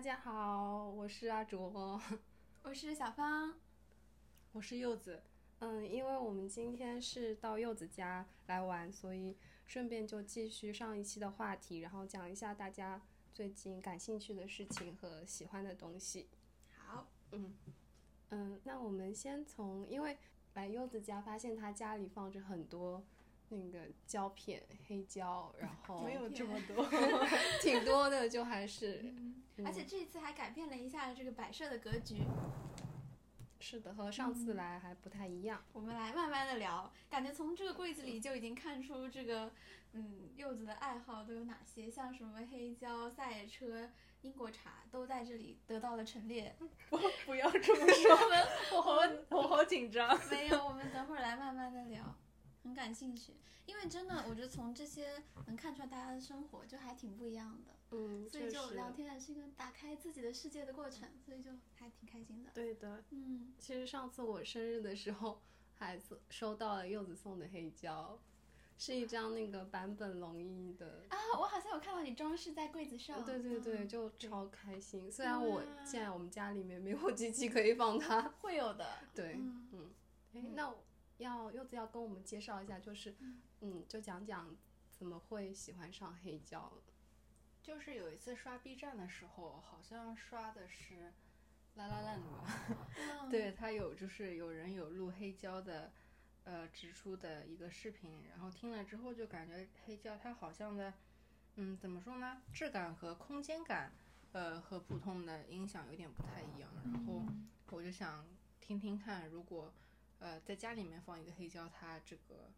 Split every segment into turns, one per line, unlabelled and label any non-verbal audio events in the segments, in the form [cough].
家好，我是阿卓， [laughs]
我是小芳，
我是柚子。嗯，因为我们今天是到柚子家来玩，所以顺便就继续上一期的话题，然后讲一下大家最近感兴趣的事情和喜欢的东西。
好，
嗯嗯，那我们先从，因为来柚子家发现他家里放着很多那个胶片、黑胶，然
[laughs]
后
没有这么多，
挺多的，就还是
嗯，而且这一次还改变了一下这个摆设的格局。
是的，和上次来还不太一样。
我们来慢慢的聊，感觉从这个柜子里就已经看出这个，嗯，柚子的爱好都有哪些，像什么黑胶、赛车、英国茶都在这里得到了陈列。 [laughs]
我 [laughs] 不要这么说，
我们
我好我好紧张。
没有，我们等会儿来慢慢的聊，很感兴趣，因为真的，我觉得从这些能看出来大家的生活就还挺不一样的，
[laughs] 嗯，
所以
确
就
实
聊天也是一个打开自己的世界的过程，所以就还挺开心的。
对的，
嗯，
其实上次我生日的时候，还子收到了柚子送的黑胶，是一张那个坂本龙一的。
啊，我好像有看到你装饰在柜子上。
对对对，
嗯，
就超开心。虽然我
哇
现在我们家里面没有机器可以放它，
会有的。
对，
嗯
嗯，哎，那要柚子要跟我们介绍一下，就是，嗯，就讲讲怎么会喜欢上黑胶了。
就是有一次刷 B 站的时候，好像刷的是拉拉烂吧。
嗯，
对他有就是有人有录黑胶的，呃，直出的一个视频，然后听了之后就感觉黑胶它好像的，嗯，怎么说呢，质感和空间感，呃，和普通的音响有点不太一样。
嗯
然后我就想听听看，如果呃在家里面放一个黑胶，它这个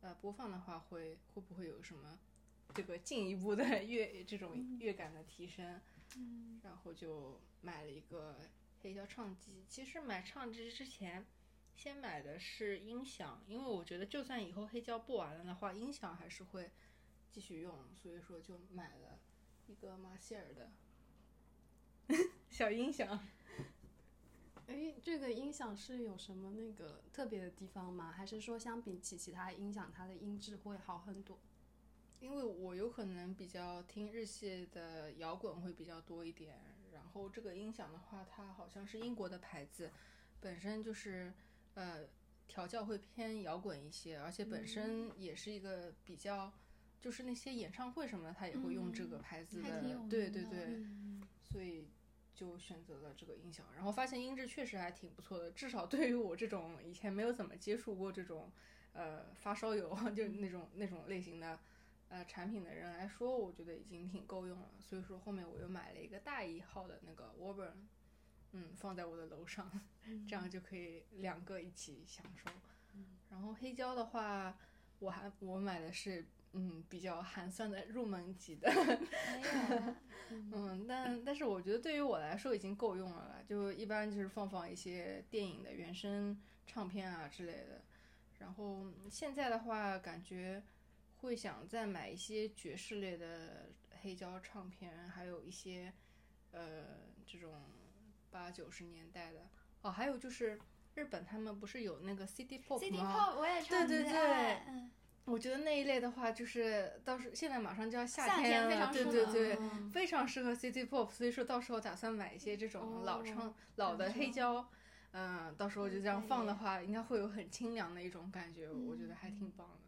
呃播放的话会会不会有什么这个进一步的 [laughs] 乐这种乐感的提升？
嗯，
然后就买了一个黑胶唱机。其实买唱机之前，先买的是音响，因为我觉得就算以后黑胶播完了的话，音响还是会继续用，所以说就买了一个马歇尔的 [laughs] 小音响。
哎，这个音响是有什么那个特别的地方吗？还是说相比起其他音响，它的音质会好很多？
因为我有可能比较听日系的摇滚会比较多一点，然后这个音响的话，它好像是英国的牌子，本身就是呃调教会偏摇滚一些，而且本
嗯
身也是一个比较，就是那些演唱会什么的，它也会用这个牌子
嗯还
的，
挺有名
对对
的
对，
嗯
所以就选择了这个音响，然后发现音质确实还挺不错的，至少对于我这种以前没有怎么接触过这种呃发烧友就是那种那种类型的呃产品的人来说，我觉得已经挺够用了。所以说后面我又买了一个大一号的那个 Warburg，嗯，放在我的楼上，这样就可以两个一起享受。然后黑胶的话，我还我买的是嗯比较寒酸的入门级的。
没有啊，
嗯，但但是我觉得对于我来说已经够用了啦，就一般就是放放一些电影的原声唱片啊之类的。然后现在的话，感觉会想再买一些爵士类的黑胶唱片，还有一些呃这种八九十年代的哦，还有就是日本他们不是有那个 City Pop 吗
CD pop 我也唱
对对
最
对
爱嗯，
我觉得那一类的话，就是到时现在马上就要夏
夏天
了，
非常
对
适
对
合
对，
嗯
非常适合 City Pop，所以说到时候打算买一些这种老唱、老的黑胶，嗯，到时候就这样放的话，应该会有很清凉的一种感觉，我觉得还挺棒的。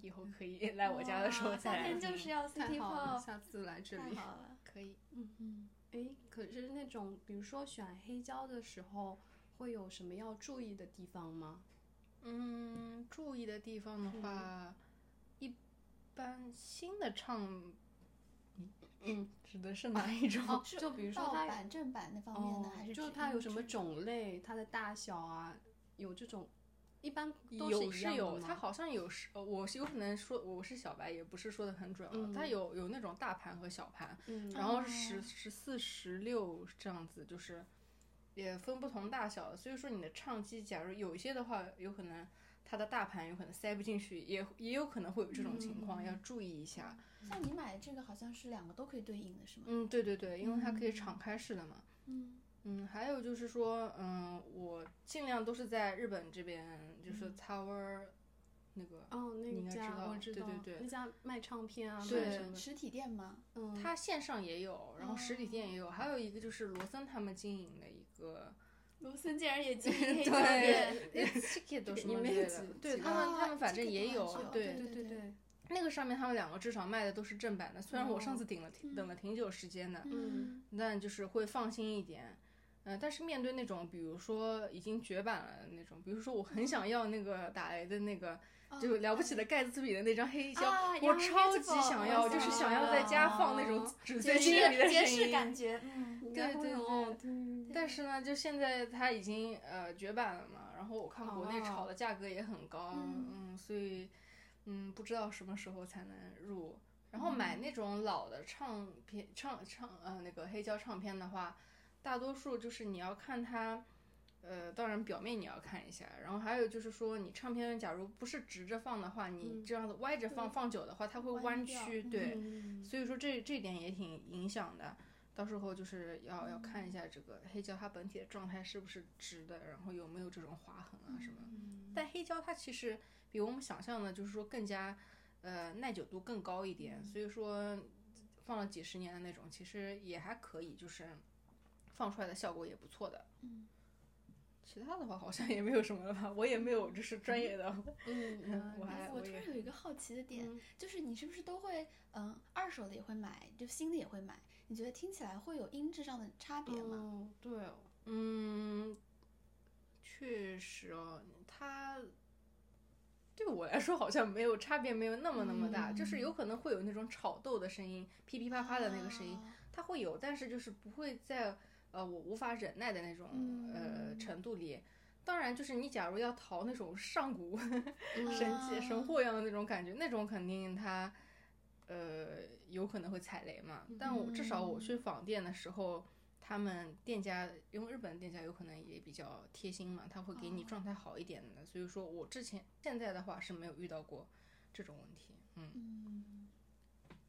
以后可以来我家的时候
哇夏
再
天
嗯
就是要 city
太好了，
pop，
下次来这
太
里。
好了。
可以。
嗯，
哎，可是那种比如说选黑胶的时候，会有什么要注意的地方吗？
嗯，注意的地方的话，一般新的唱，嗯，指的是哪一种？
哦，就比如说
盗
它
版正版那方面呢，还
哦，
是
就
指
它有
音
什么
质
种类，它的大小啊，有这种，一般都
有
一
是
样的
有，
吗
它好像有是，呃我是有可能说我是小白，也不是说的很准啊。它有有那种大盘和小盘，
嗯
然后
哦
十十四、十六这样子，就是也分不同大小的。所以说你的唱机，假如有一些的话，有可能它的大盘有可能塞不进去，也也有可能会有这种情
嗯
况，要注意一下。
像你买的这个好像是两个都可以对应的，是吗？
嗯，对对对，因为它可以敞开式的嘛。
嗯，
嗯，还有就是
嗯
说，嗯，我尽量都是在日本这边，就是 Tower 那个
哦，那
你应
一
该知
家
道
我知
对
道，
对对
那家卖唱片啊，
嗯
卖
对
什么
实体店吗？
嗯，
它线上也有，然后实体店也有，还有一个就是罗森他们经营的一个
罗森竟然也经营黑胶店，
对，ticket 都什
里
么
面
之类
几
的
几，
对
个
他们
啊
他们反
这
正
个
也
都
有
好像，
嗯对
对
对
对
对，
那个上面他们两个至少卖的都是正版的，虽然我上
哦
次顶了挺等了挺久时间的，
嗯
但就是会放心一点。嗯、但是面对那种比如说已经绝版了那种，比如说我很想要那个打雷的那个，
哦
就了不起 [laughs] 的盖茨比的那张黑
哦
胶，
啊
我
羊皮
超级
纸包
想
我
要，
想
就是
要
想要在家放那种
哦
纸
爵
醉金迷的
士爵
声
士
音。
感觉，嗯，
应
对
该会
对
有
对
对
但是呢，就现在它已经呃绝版了嘛，然后我看国内炒
哦
的价格也很高，
嗯
嗯所以嗯不知道什么时候才能入。然后
嗯
买那种老的唱片唱唱呃那个黑胶唱片的话，大多数就是你要看它，呃当然表面你要看一下，然后还有就是说你唱片假如不是直着放的话，你
嗯
这样子歪着放、
对
放久的话，它会
弯
弯
掉
曲，
嗯
对，
嗯
所以说这这点也挺影响的。到时候就是要要看一下这个黑胶它本体的状态是不是直的，然后有没有这种划痕啊什么的。
嗯
但黑胶它其实比我们想象的，就是说更加呃耐久度更高一点，所以说放了几十年的那种，其实也还可以，就是放出来的效果也不错的。
嗯，
其他的话好像也没有什么了吧，我也没有就是专业的，
嗯
嗯
嗯
我还
我
我
突
也
然有一个好奇的点，
嗯
就是你是不是都会，嗯，二手的也会买，就新的也会买？你觉得听起来会有音质上的差别吗？
哦对哦，
嗯，确实哦，它对我来说好像没有差别，没有那么那么大，就是
嗯
有可能会有那种炒豆的声音，噼噼啪啪的那个声音，
啊
它会有，但是就是不会在呃我无法忍耐的那种、呃
嗯
程度里。当然，就是你假如要淘那种上古
嗯
神
啊
奇神货一样的那种感觉，那种肯定它呃有可能会踩雷嘛。
嗯
但我至少我去访店的时候，他们店家因为日本店家有可能也比较贴心嘛，他会给
哦
你状
啊
态好一点的。所以说我之前现在的话是没有遇到过这种问题。嗯，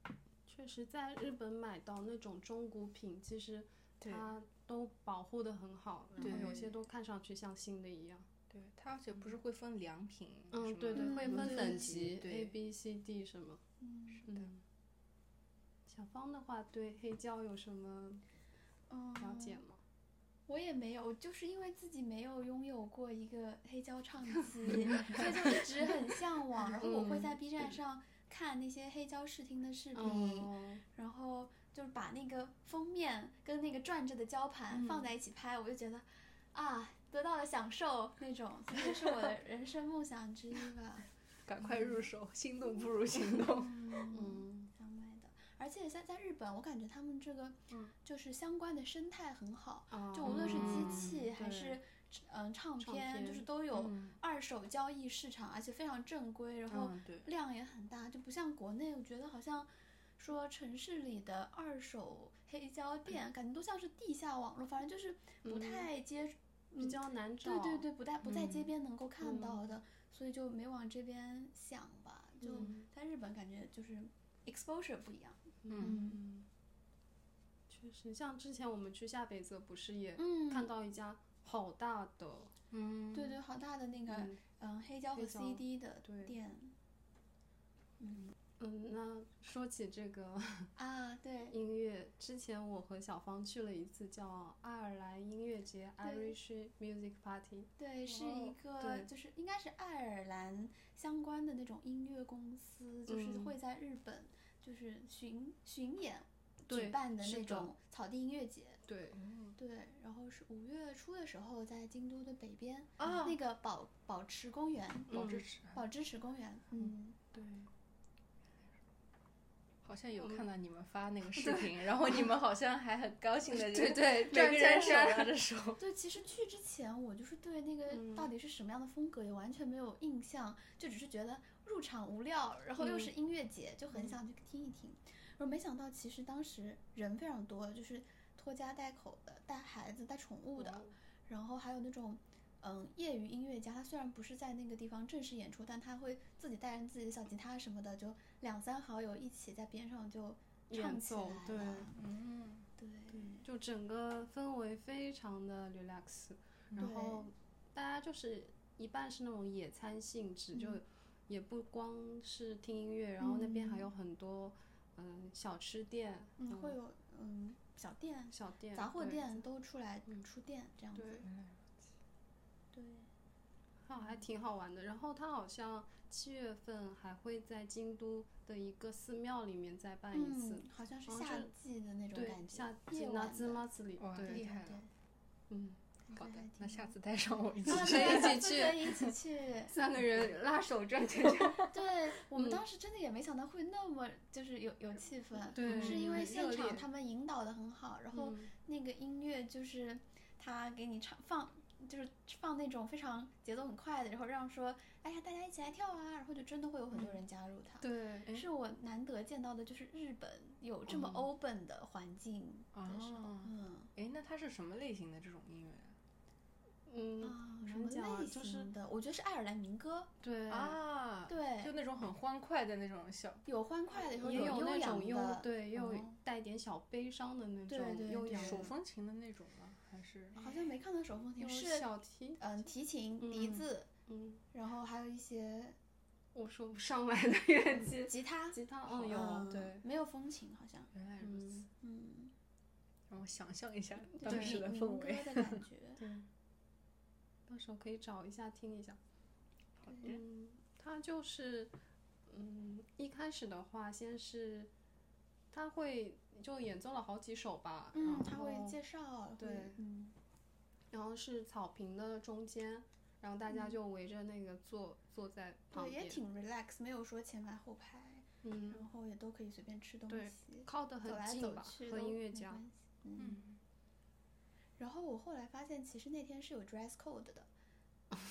嗯，
确实在日本买到那种中古品，其实
对
它都保护的很好，然后
对
有些都看上去像新的一样。
对，它而且不是会分良品，
嗯，对对，
嗯
会
嗯
分
对
等级
对
A B C D 什么。
嗯
的
嗯，小芳的话对黑胶有什么
嗯
了解吗？
我也没有，就是因为自己没有拥有过一个黑胶唱机， [laughs] 所以就一直很向往。然后我会在 B 站上看那些黑胶试听的视频，
嗯
哦，
然后就是把那个封面跟那个转着的胶盘
嗯
放在一起拍，我就觉得啊，得到了享受那种，所以是我的人生梦想之一吧。
赶快入手，心动不如行动。
嗯，
嗯，
想买的。而且在在日本，我感觉他们这个
嗯
就是相关的生态很好，
啊
就无论是机
嗯
器还
对
是嗯唱
唱
片，就是
片
都有
嗯，
二手交易市场，而且非常正规，然后
嗯对。
量也很大，就不像国内，我觉得好像说城市里的二手黑胶店，感觉都像是地下网络，反正就是不
嗯
太接，
比较难找。
对对对，不在不在街
嗯
边能够看
嗯
到的，所以就没往这边想吧。就
嗯
在日本，感觉就是 exposure 不一样。
嗯，确实，像之前我们去下北泽不是也
嗯
看到一家好大的，
嗯，
对对，好大的那个
嗯
嗯黑胶和
黑胶
CD 的
对
店
嗯，那说起这个 [laughs]
啊，对，
音乐，之前我和小芳去了一次叫爱尔兰音乐节
对
（Irish Music Party）。
对，是
哦
一个
对
就是应该是爱尔兰相关的那种音乐公司，就是
嗯
会在日本就是巡巡演举
对
办的
是
那
的
种草地音乐节。
对，
嗯
对，然后是五月初的时候，在京都的北边
啊
那个宝宝池公园，
保质
哦嗯
持，
宝芝池公园，嗯，
对，
好像有
嗯
看到你们发
[laughs]
那个视频，然后你们好像还很高兴的，
对对，
每个人
转
手
圈
拉着手。
对，其实去之前我就是对那个
嗯
到底是什么样的风格也完全没有印象，就只是觉得入场无料，然后又
嗯
是音乐节，就很想去听一听。然后没想到其实当时人非常多，就是拖家带口的、带孩子、带宠物的，
嗯
然后还有那种。嗯，业余音乐家，他虽然不是在那个地方正式演出，但他会自己带着自己的小吉他什么的，就两三好友一起在边上就唱
演
起
奏
来
对
了。
嗯，
对
就整个氛围非常的
嗯
relax，然后大家就是一半是那种野餐性质，就也不光是听音乐，然后那边还有很多嗯小吃店，
嗯，会有嗯小店、
小店、
杂货
对，
店都出来
嗯
出店这样
对
子。对，
还还挺好玩的。然后他好像七月份还会在京都的一个寺庙里面再办一次，
嗯，好像是
好像
夏
是
季的那种
对
感，觉，
夏季
夜
那
晚
兹
的
马子里，
哇
对，
厉
对
害
对 [laughs]
了
嗯， [laughs]
应该
好的
还，
那
挺
下
好
次带上我一起
啊
可以
去。
对
一起
下次 [laughs]
去。
可以一起去
[laughs] 三个人拉手
[laughs]
转圈圈，
对我
嗯
们当时真的也没想到会那么就是有有气氛，
对
是因
很
为
热
现
烈
场他们引导的很好，然后
嗯
那个音乐就是他给你唱放，就是放那种非常节奏很快的，然后让说哎呀大家一起来跳啊，然后就真的会有很多
嗯
人加入他。
对，哎
是我难得见到的，就是日本有这么
嗯
哦
open 的环境的时候，
哦
嗯
哎，那它是什么类型的这种音乐啊？
嗯，
啊，
怎
什
么
么
讲啊
类
就是
型的？我觉得是爱尔兰民歌，
对，
啊，
对
就，那种很欢快的那种小，
有欢快的，
啊也有
有
那
悠扬
种又
的，
对，也有
哦
带点小悲伤的那
对
种
对
悠
对
扬
手
的，
风琴的那种吗？还是
好像没看到手风琴，
有
是
小提，
嗯提琴、笛
嗯
子，
嗯，
然后还有
[laughs]
一些
我说不上来的 [laughs] 乐器，
吉他，
吉他，嗯，
嗯
有，对，
没有风琴好像，
原来如此
嗯，，，
嗯，
让我想象一下
对
当时的
民
氛
民歌
围。
的感觉
[laughs] 对，到时候可以找一下听一下。
好的，
嗯，它就是，嗯，一开始的话，先是他会就演奏了好几首吧，
嗯，
然
他会
后
介绍，会
哦对
嗯，
然后是草坪的中间，然后大家
嗯
就围着那个坐坐在旁
对，也
边，
挺 relax，没有说前排后排，
嗯，
然后也都可以随便吃东
对
西，
靠得
走
很
来
近
走
吧，
去
和
都
音乐
没
家
关，系，嗯。
嗯，
然后我后来发现，其实那天是有 dress code 的。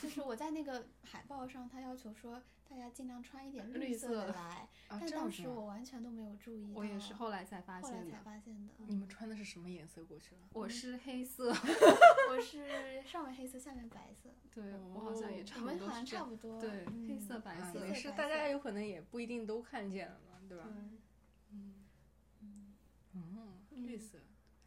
就是我在那个海报上，他要求说大家尽量穿一点
绿
绿色
色
的来，
啊，
但
这
当
样子
时我
吗？
完全都没有注意到，
我也是后来才发
后来
现
才
的，
发嗯现的。嗯
你们穿的是什么颜色过去了？
我是黑色，
我是上面黑色，下面白色，
对我好像也
哦
差
我
不
们
多
好
是
像
这
差
样，
不多。
对，黑色
嗯
白
啊
色，
也是，
白
大家
色
有可能也不一定都看见了嘛，对吧？
嗯
嗯
嗯，绿
嗯
色，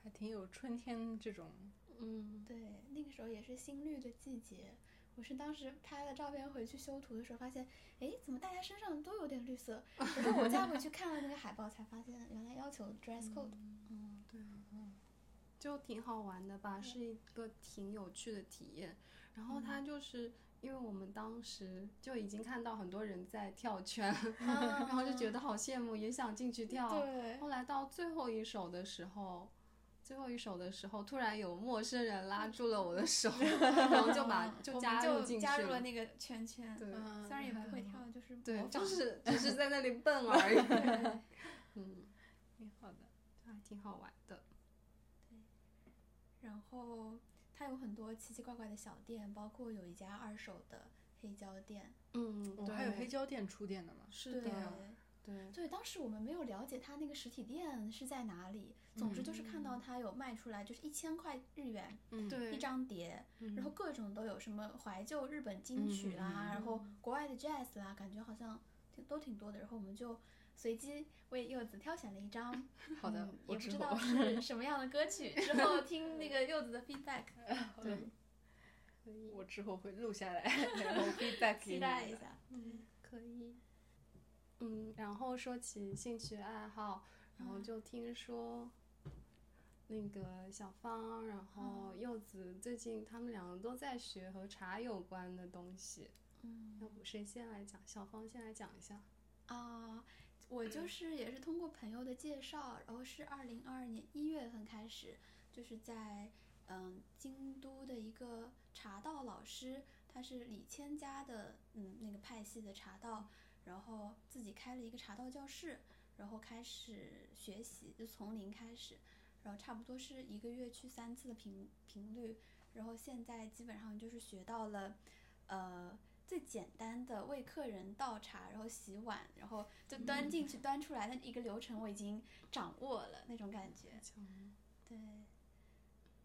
还挺有春天这种。
嗯，
对，那个时候也是新绿的季节。我是当时拍了照片回去修图的时候，发现，哎，怎么大家身上都有点绿色？ [laughs] 然后我再回去看了那个海报，才发现原来要求 dress code。嗯，
对，就挺好玩的吧，是一个挺有趣的体验。然后
嗯
它就是因为我们当时就已经看到很多人在跳圈，然后就觉得好羡慕，也想进去跳。
嗯 [laughs] 对，
后来到最后一首的时候。最后一首的时候，突然有陌生人拉住了我的手，然后就
[laughs]
把就
嗯我们
加入进去
就加入了那嗯个圈圈。
对
虽然也不会跳，就是模
对，
仿 [laughs]
就是只是在那里蹦而已。 [laughs]
对
嗯，
挺好的。
还挺好玩的。
然后它有很多奇奇怪怪的小店，包括有一家二手的黑胶店。
嗯，
哦，
对，
还有黑胶店出店的嘛？
是的，对，
对，当时我们没有了解它那个实体店是在哪里。总之就是看到它有卖出来，就是一千块日元
嗯，
对
一张碟，
嗯
然后各种都有，什么怀旧日本金曲啦，
嗯嗯嗯
然后国外的 jazz 啦，感觉好像挺都挺多的。然后我们就随机为柚子挑选了一张，
[laughs] 好的
嗯，
我
也不
之
知
后
道
[laughs]
是什么样的歌曲，之后听那个柚子的 feedback。
对
嗯，
可以，
我之后会录下来， [laughs] 然后 feedback [laughs] 给
期
你
待
们
一
的。
下。
嗯，可以。嗯，然后说起兴趣爱好，然后就听说那个小芳，然后柚子最近他们两个都在学和茶有关的东西。
嗯
要不谁先来讲？小芳先来讲一下。
啊、我就是也是通过朋友的介绍，然后是二零二二年一月份开始，就是在嗯京都的一个茶道老师，他是李千家的嗯那个派系的茶道，然后自己开了一个茶道教室，然后开始学习，就从零开始，然后差不多是一个月去三次的频频率，然后现在基本上就是学到了，呃。最简单的为客人倒茶，然后洗碗，然后就端进去、端出来的一个流程，我已经掌握了那种感觉。对，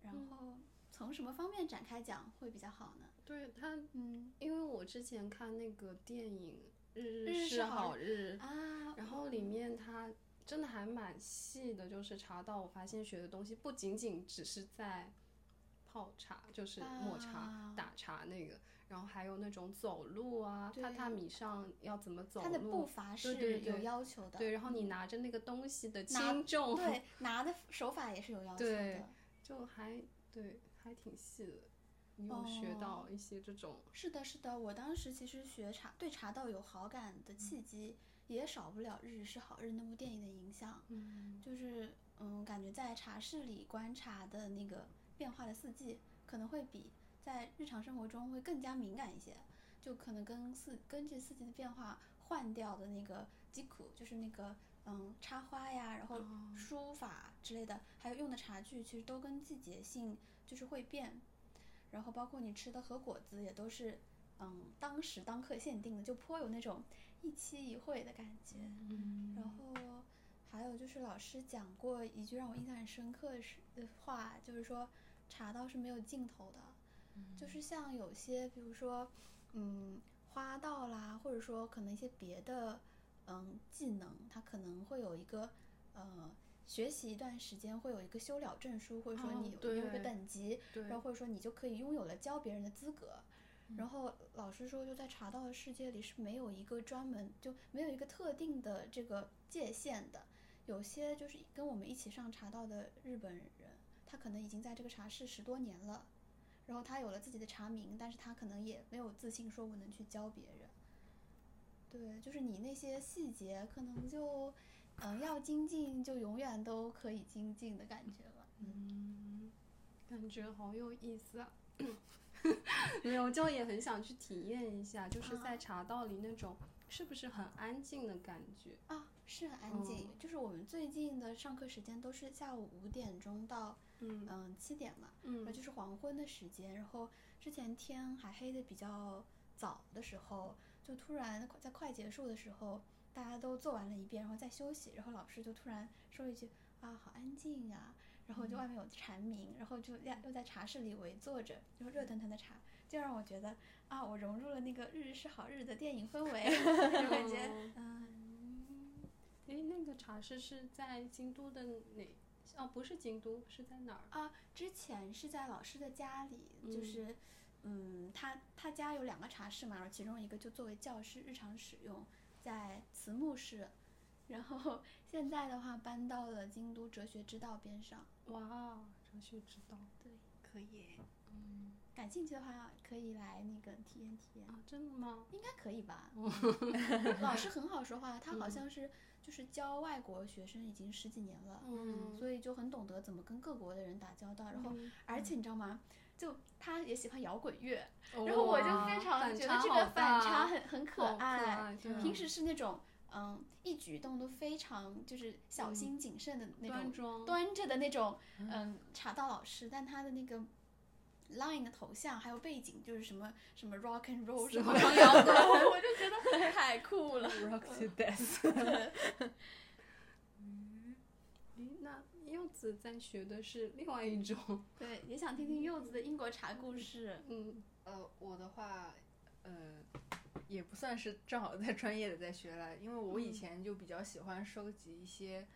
然
嗯
后从什么方面展开讲会比较好呢？
对他，
嗯
因为我之前看那个电影《日
日
日
日
是
是好
好日》，
啊，
然后里面他真的还蛮细的，就是茶道，我发现学的东西不仅仅只是在泡茶，就是抹茶、
啊
打茶那个，然后还有那种走路啊，
对
榻榻米上要怎么走
它的步
路，
伐
对对
是有
对
要求的。
对，然后你拿着那个东西的
拿
轻重， [laughs]
对拿的手法也是有要求
对
的。
就还对还挺细的，你有
哦
学到一些这种，
是的，是的，我当时其实学茶对茶道有好感的契机，也少不了《日式好日》那部电影的影响。
嗯，
就是嗯，感觉在茶室里观察的那个变化的四季，可能会比在日常生活中会更加敏感一些，就可能跟四根据四季的变化换掉的那个基苦，就是那个嗯插花呀，然后
哦
书法之类的，还有用的茶具，其实都跟季节性就是会变，然后包括你吃的和果子也都是。嗯，当时当刻限定的，就颇有那种一期一会的感觉。嗯
嗯
然后还有就是老师讲过一句让我印象很深刻的是的话，就是说茶道是没有尽头的，就是像有些比如说嗯花道啦，或者说可能一些别的嗯技能，它可能会有一个呃。学习一段时间会有一个修了证书，或者说
哦
你有有一个
对
等级，
对嗯
然后或者说你就可以拥有了教别人的资格。然后老师说，就在茶道的世界里是没有一个专门就没有一个特定的这个界限的。有些就是跟我们一起上茶道的日本人，他可能已经在这个茶室十多年了，然后他有了自己的茶名，但是他可能也没有自信说我能去教别人。对，就是你那些细节，可能就，嗯，要精进就永远都可以精进的感觉吧。
嗯，感觉好有意思
[laughs]
啊！没有，就也很想去体验一下，就是
啊
在茶道里那种是不是很安静的感觉？
啊，是很安静。就是我们最近的上课时间都是下午五点钟到
嗯
嗯七点嘛，然后
嗯
就是黄昏的时间。然后之前天还黑的比较早的时候，就突然快在快结束的时候，大家都做完了一遍，然后再休息，然后老师就突然说一句啊，好安静啊。然后就外面有蝉鸣，然后就在又在茶室里围坐着，就是热腾腾的茶，就让我觉得啊，我融入了那个日式好日的电影氛围，就感觉
哦
嗯，
诶，那个茶室是在京都的哪？哦，不是京都，是在哪儿？
啊，之前是在老师的家里，就是，嗯，他他家有两个茶室嘛，然后其中一个就作为教室日常使用，在慈木市，然后 [laughs] 现在的话搬到了京都哲学之道边上。
哇，哲学之道
对，嗯
可以，
感兴趣的话可以来那个体验体验，
啊，真的吗？
应该可以吧？
嗯
[laughs] 老师很好说话，他好像是就是教外国学生已经十几年了。
嗯，
所以就很懂得怎么跟各国的人打交道，然后
嗯
而且你知道吗？就他也喜欢摇滚乐，
哇
然后我就非常觉得这个反差很很可
好大好可
爱。
爱对啊
平时是那种嗯一举一动都非常就是小心谨慎的那
端
种
庄，
端着的那种嗯茶道老师，但他的那个 Line 的头像还有背景就是什么什么 rock and roll 什么摇滚，我就觉得太酷
[laughs]
了。
rock to death。
诶，那柚子在学的是另外一种，
对，也想听听柚子的英国茶故事。
[laughs] 嗯
呃，我的话，呃，也不算是正好在专业的在学了，因为我以
嗯
前就比较喜欢收集一些，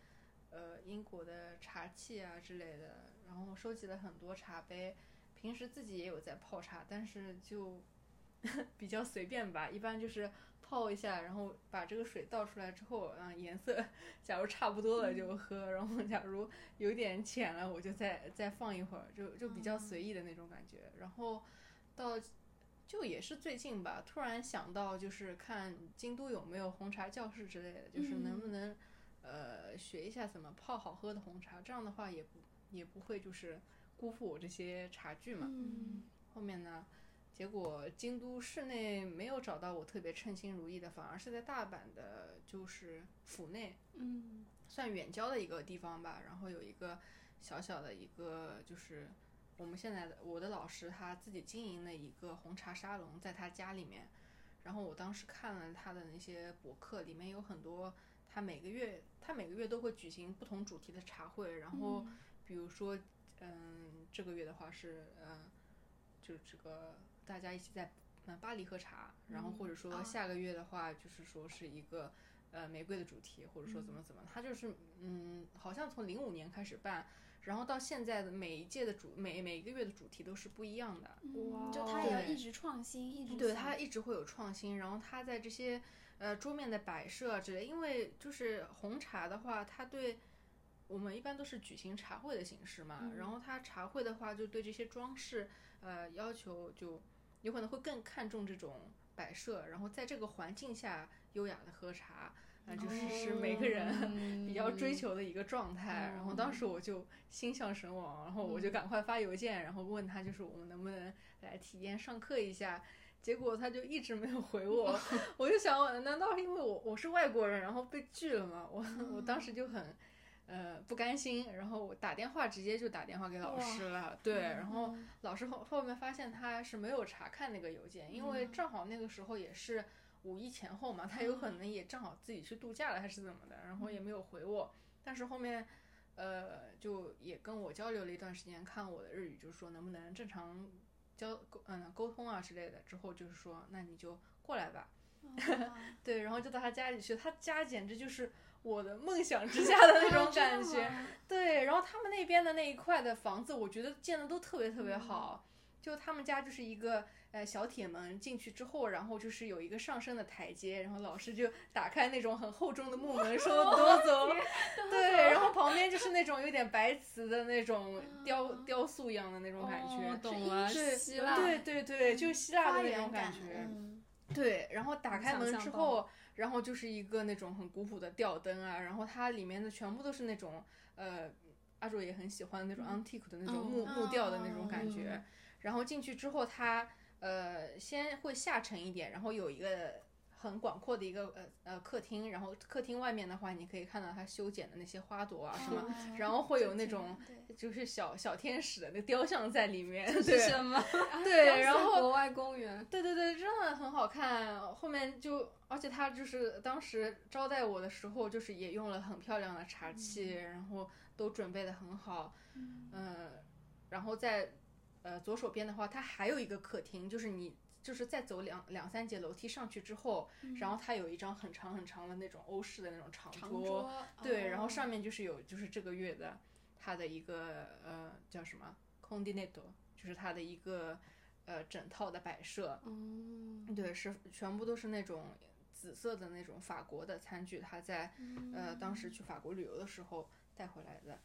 呃，英国的茶器啊之类的，然后收集了很多茶杯，平时自己也有在泡茶，但是就 [laughs] 比较随便吧，一般就是泡一下，然后把这个水倒出来之后，嗯，颜色假如差不多了就喝，然后假如有点浅了，我就再再放一会儿，就就比较随意的那种感觉，然后。到就也是最近吧，突然想到就是看京都有没有红茶教室之类的，就是能不能、呃学一下怎么泡好喝的红茶，这样的话也不也不会就是辜负我这些茶具嘛。
嗯
后面呢，结果京都市内没有找到我特别称心如意的，反而是在大阪的，就是府内，
嗯
算远郊的一个地方吧，然后有一个小小的一个就是我们现在的我的老师他自己经营的一个红茶沙龙，在他家里面。然后我当时看了他的那些博客，里面有很多他每个月他每个月都会举行不同主题的茶会，然后比如说，嗯，这个月的话是，嗯，就这个大家一起在嗯巴黎喝茶，然后或者说
啊
下个月的话，就是说是一个呃玫瑰的主题，或者说怎么怎么，它就是嗯，好像从零五年开始办，然后到现在的每一届的主每每个月的主题都是不一样的，
嗯，就
哇
它也要
对
一直创新，一直
对
想
它一直会有创新，然后它在这些呃桌面的摆设啊之类，因为就是红茶的话，它对我们一般都是举行茶会的形式嘛，
嗯
然后它茶会的话就对这些装饰呃要求就有可能会更看重这种摆设，然后在这个环境下优雅的喝茶，呃，就
哦
是是每个人。 [laughs] 比较追
嗯
求的一个状态。然后
哦
当时我就心向神往，然后我就赶快发邮件，然后问他就是我们能不能来体验上课一下。结果他就一直没有回我，我就想，难道是因为我我是外国人，然后被拒了吗？我 [laughs] 我当时就很，呃，不甘心，然后我打电话直接就打电话给老
哇
师了，对，然后老师后后面发现他是没有查看那个邮件，因为
嗯
正好那个时候也是五一前后嘛，他有
嗯
可能也正好自己去度假了还是怎么的，然后也没有回我。但是后面，呃，就也跟我交流了一段时间，看我的日语，就是说能不能正常交沟嗯沟通啊之类的。之后就是说，那你就过来吧。
哇
对，然后就到他家里去，他家简直就是我的梦想之家的那种
啊真
感
的
觉。
吗
对，然后他们那边的那一块的房子，我觉得建的都特别特别
嗯
好。就他们家就是一个呃小铁门，进去之后，然后就是有一个上升的台阶，然后老师就打开那种很厚重的木门，说多走。对，然后旁边就是那种有点白瓷的那种雕
啊
雕塑一样的那种感觉。
哦
是
懂
英
了，
对
希腊
对对对，就希腊
花
的那
园
种
感
觉。
嗯
对，然后打
能
开
想
门
象
之
到
后，然后就是一个那种很古朴的吊灯啊，然后它里面的全部都是那种呃，阿卓也很喜欢那种 antique 的那种
嗯
木、木调的那种感觉。
嗯
然后进去之后它，呃先会下沉一点，然后有一个很广阔的一个呃呃客厅，然后客厅外面的话，你可以看到它修剪的那些花朵啊什么，
哦
然后会有那
就这样
种
对
就是小小天使的那个雕像在里面， [laughs]
是
对
什么？
对，然后
啊国外公园，
对对对，真的很好看。后面就，而且他就是当时招待我的时候，就是也用了很漂亮的茶器，然后都准备的很好。
嗯
嗯，然后在呃左手边的话，它还有一个客厅，就是你就是再走两两三节楼梯上去之后，然后它有一张很长很长的那种欧式的那种长
嗯长桌，
对，然后
哦
上面就是有就是这个月的它的一个呃叫什么 c o n d i n e t o 就是它的一个呃整套的摆设。
嗯，
对，是全部都是那种紫色的那种法国的餐具，他在呃当时去法国旅游的时候带回来的。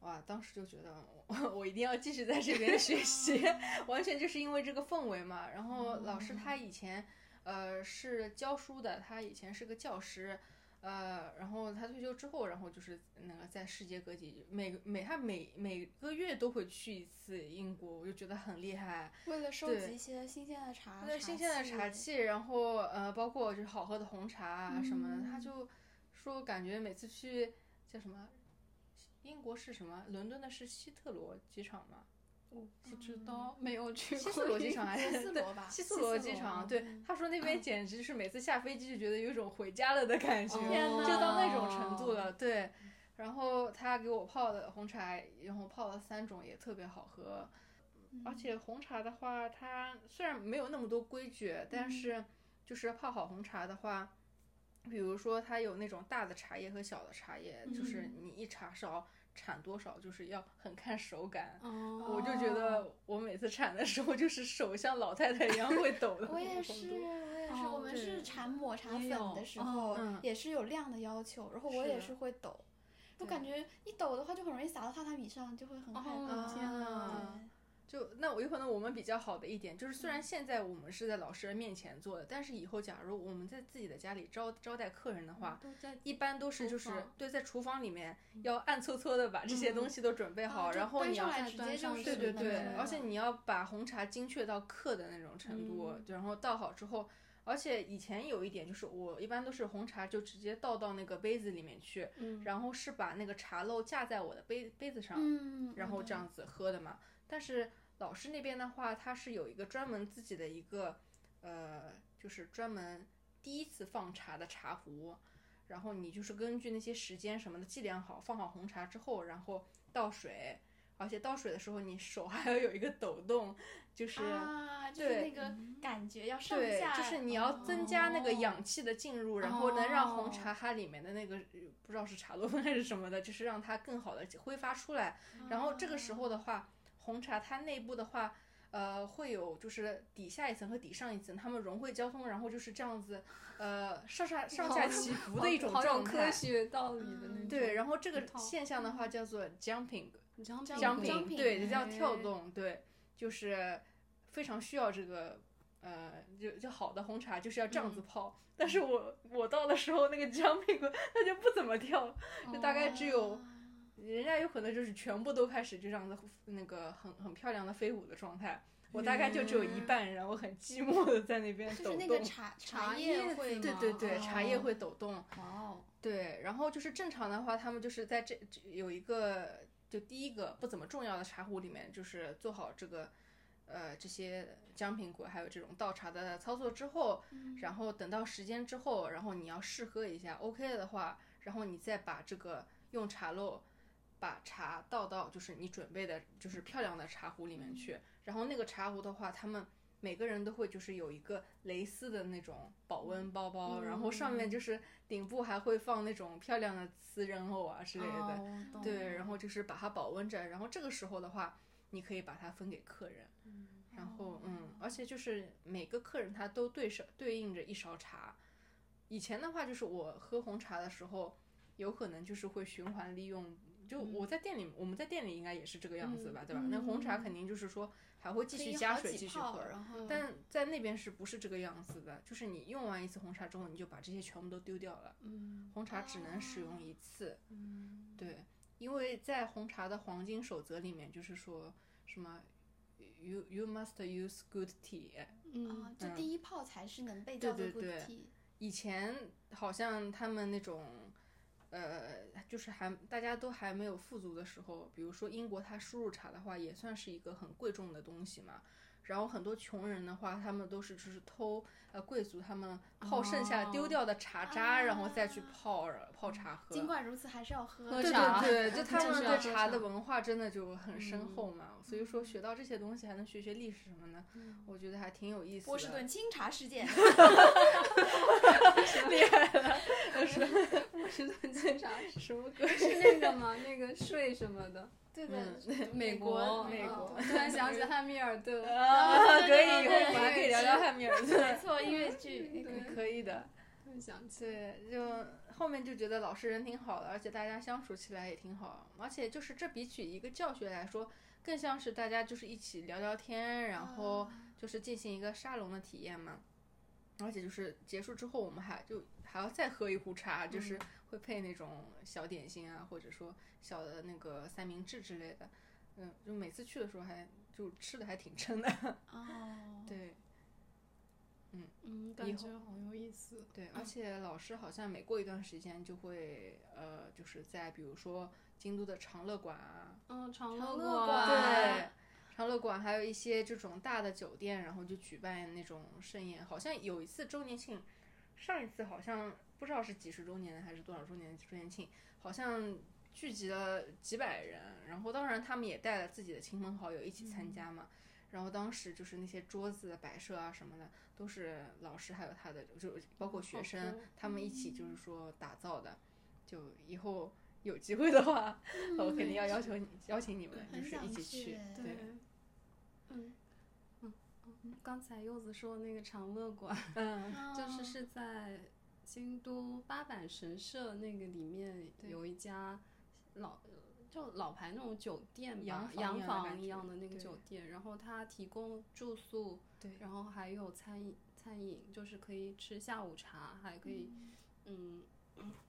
哇，当时就觉得我 [laughs] 我一定要继续在这边学习， [laughs] 完全就是因为这个氛围嘛。然后老师他以前呃是教书的，他以前是个教师。呃，然后他退休之后，然后就是那个在世界各地，每个每他每每个月都会去一次英国，我就觉得很厉害。
为了收
对
集一些新鲜的茶，
对新鲜的茶器，然后呃，包括就是好喝的红茶啊什么的，他
嗯
就说感觉每次去叫什么，英国是什么？伦敦的是希特罗机场
[laughs]
吗？
我不知道，没有去
希
过
嗯特罗机场还
希
是
斯
对
罗吧
希
希
斯罗
斯
机
罗啊嗯
场，对，他说那边简直就是每次下飞机就觉得有一种回家了的感觉，
哦天
[laughs] 就到那种
哦
程度了，对。然后他给我泡的红茶，然后泡了三种，也特别好喝。
嗯
而且红茶的话，它虽然没有那么多规矩，
嗯
但是就是泡好红茶的话，比如说它有那种大的茶叶和小的茶叶，就是
嗯
你一茶勺产多少，就是要很看手感。
哦，
我就觉得我每次产的时候，就是手像老太太一样会抖的
我也
那
是，我
种程度。
也是，
哦
我们
对
是产抹茶
也
粉
有
的时候
嗯
也是有量的要求，然后我
是
也
的
是会抖，就
对
感觉一抖的话就很容易洒到榻榻米上，就会很害
哦
怕。
天
啊
哪！
就那我有可能我们比较好的一点，就是虽
嗯
然现在我们是在老师的面前做的，但是以后假如我们在自己的家里招招待客人的话，
都在
一般都是
厨
就是
房
对，在厨房里面要暗搓搓的把这些东西都准备好，
啊就
然后
端
你要
上来
再
直
端
接就
上
是
去
对对
那
对
种，
而且你要把红茶精确到克的那种程度，
嗯
然后倒好之后，而且以前有一点就是我一般都是红茶就直接倒到那个杯子里面去，
嗯，
然后是把那个茶漏架在我的杯杯子上，
嗯，
然
我
后
懂
这样子喝的嘛。但是老师那边的话，他是有一个专门自己的一个，呃，就是专门第一次放茶的茶壶，然后你就是根据那些时间什么的计量好，放好红茶之后，然后倒水，而且倒水的时候你手还要有一个抖动，就是、
啊，就是
对
那个感觉要上
对，
下，
就是你要增加那个氧气的进入，然后能让
哦
红茶它里面的那个呃不知道是茶多酚还是什么的，就是让它更好的挥发出来。然后这个时候的话，红茶它内部的话，呃，会有就是底下一层和底上一层，它们融会交通，然后就是这样子，呃，上下上下起伏的一种
好有
状
科
态。
学道理的那种。
嗯
对，然后这
一
个
套
现象的话叫做 jumping，
你知道
这样
jumping，
jumping，
对，这叫
哎
跳动，对，就是非常需要这个。呃，就就好的红茶就是要这样
嗯
子泡，但是我我到的时候那个 jumping 它就不怎么跳，就大概只
哦
有人家有可能就是全部都开始就这样子那个很很漂亮的飞舞的状态，我大概就只有一
嗯
半，然后很寂寞的在那边
就
抖
是
动，
那个茶
茶
叶
叶
会
子
对
嘛
对对，
哦
茶叶会抖动，
哇哦，
对，然后就是正常的话，他们就是在这这有一个就第一个不怎么重要的茶壶里面，就是做好这个呃这些姜苹果还有这种倒茶的操作之后，然后等到时间之后，然后你要试喝一下，OK 的话，然后你再把这个用茶漏把茶倒到就是你准备的就是漂亮的茶壶里面去，然后那个茶壶的话，他们。每个人都会就是有一个蕾丝的那种保温包包，然后上面就是顶部还会放那种漂亮的丝人偶啊之类的，
哦我懂
对，然后就是把它保温着，然后这个时候的话，你可以把它分给客人，然
哦
后嗯，而且就是每个客人他都对手对应着一勺茶。以前的话，就是我喝红茶的时候，有可能就是会循环利用。就
嗯
我在店里，我们在店里应该也是这个样子吧，对吧？那红茶肯定就是说还会
嗯
继
可
续
以
加
好
水，
几
继续
泡
喝，
然后
但在那边是不是这个样子的？就是你用完一次红茶之后，你就把这些全部都丢掉了。
嗯
红茶只能使用一次，
嗯，
对，因为在红茶的黄金守则里面，就是说什么，you you must use good tea。
啊
嗯，，
就
嗯 [laughs]
第一泡才是能被
对
叫做
对
good
对
tea，
以前好像他们那种，呃，就是还大家都还没有富足的时候，比如说英国，它输入茶的话，也算是一个很贵重的东西嘛。然后很多穷人的话，他们都是就是偷呃贵族他们泡剩下
哦
丢掉的茶渣，然后再去
啊
泡呃泡茶喝。
尽管如此还是要喝
喝
对
茶
对对，就
[laughs]
[laughs]
真
他们
是要喝
对茶的
茶嗯
文化真的就很深厚嘛，所以说学到这些东西，还能学学历史什么的，
嗯
我觉得还挺有意思的。
波士
[laughs]
顿清茶事件，
厉害了，
我是顿清茶是
什么歌？
那个吗？那个税什么的，
对
嗯
的，
[laughs]
美
国，
国美
嗯
国
我突然想起汉密尔 [laughs] 顿，
啊， [laughs] 可以，
对
以后我们还可以聊聊汉密尔
没
顿， [laughs]
错，音乐剧，
对
可以的。
突然想起，
对，就后面就觉得老师人挺好的，而且大家相处起来也挺好，而且就是这比起一个教学来说，更像是大家就是一起聊聊天，然后
啊
就是进行一个沙龙的体验嘛。而且就是结束之后，我们还就还要再喝一壶茶，就是会配那种小点心啊，或者说小的那个三明治之类的。嗯，就每次去的时候还就吃的还挺撑的。 [laughs]
哦，
对，
嗯，
以
感
后
觉好有意思，
对，而且老师好像每过一段时间就会，呃，就是在比如说京都的长乐馆啊，
嗯，长
长
乐馆
乐馆
对，长乐馆还有一些这种大的酒店，然后就举办那种盛宴。好像有一次周年庆，上一次好像不知道是几十周年还是多少周年周年庆，好像聚集了几百人，然后当然他们也带了自己的亲朋好友一起参加嘛。
嗯
然后当时就是那些桌子的摆设啊什么的，都是老师还有他的，就包括学
好
生
酷
他们一起
嗯
就是说打造的。就以后有机会的话， [laughs] 我肯定要要求你邀请你们，就
嗯很
是一
想
起
去
去。
对，嗯嗯嗯，刚才柚子说的那个长乐馆，
嗯，
就是
哦
是在京都八坂神社那个里面
对
有一家老就老牌那种酒店吧，
洋
洋
房
房
一
一
样
样
的
的那
感觉
个酒店，然后它提供住宿，
对
然后还有餐饮餐饮，就是可以吃下午茶，还可以嗯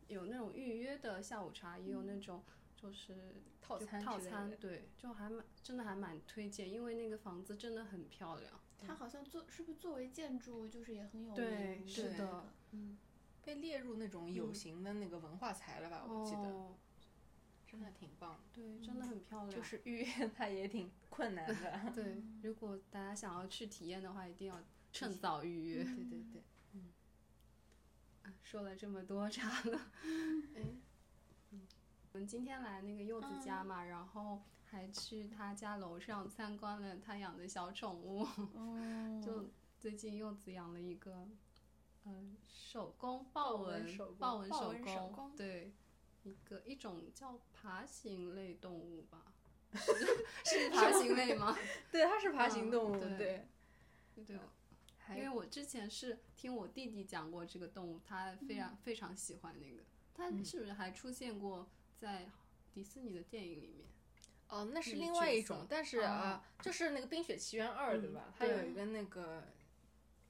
有那种预约的下午茶，也有那种就是
套
就
餐
套
之类
餐
的，
对，就还蛮真的还蛮推荐，因为那个房子真的很漂亮。
它好像作是不是作为建筑就是也很有
对
名
是
那
的
个
嗯，
被列入那种有形的那个文化财了吧？我记得
哦，
真的挺棒的，
对，真的很漂亮。
就是预约它也挺困难 [laughs] 的。
对，如果大家想要去体验的话，一定要趁早预约。
嗯
啊
对对对，
说了这么多 [laughs] 茶了，
嗯嗯
我们今天来那个柚子家嘛，然后还还去他家楼上参观了他养的小宠物。
嗯，
就最近柚子养了一个，嗯，手工豹纹
手工
豹纹
豹
手
纹手工
对，一个一种叫爬行类动物
[laughs]
吧，是是爬行类吗？
对，它是爬行
嗯
动物，
对
对，
对，嗯
还
因为我之前是听我弟弟讲过这个动物，他非常、非常喜欢那个，它
嗯
是不是还出现过在迪士尼的电影里面？
哦，那是
那个
另外
角
一
色
种，但是啊，就是那个《冰雪奇缘二》对
嗯
吧？它有
对
一个那个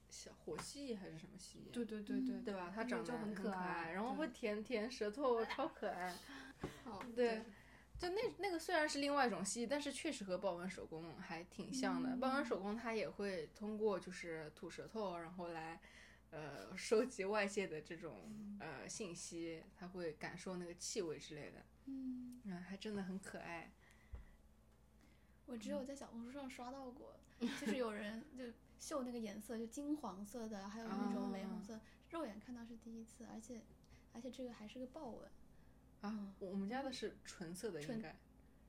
小火蜥蜴还是什么蜥蜴？
对对对对
对吧？
那
它
个
长
就
得
很
可
可爱
然后
对
会舔舔舌头，超可爱。 [laughs]
哦
对就那那个虽然是另外一种蜥蜴，但是确实和豹纹手工还挺像的。豹纹手工它也会通过就是吐舌头，然后来呃收集外界的这种呃信息，它会感受那个气味之类的。
嗯，
嗯，还真的很可爱。
我只有
嗯
在小红书上刷到过，就是有人就秀那个颜色，就金黄色的，还有那
啊
种玫红色，肉眼看到是第一次，而且而且这个还是个豹纹，嗯
啊，我我们家的是纯色的，应
纯
该，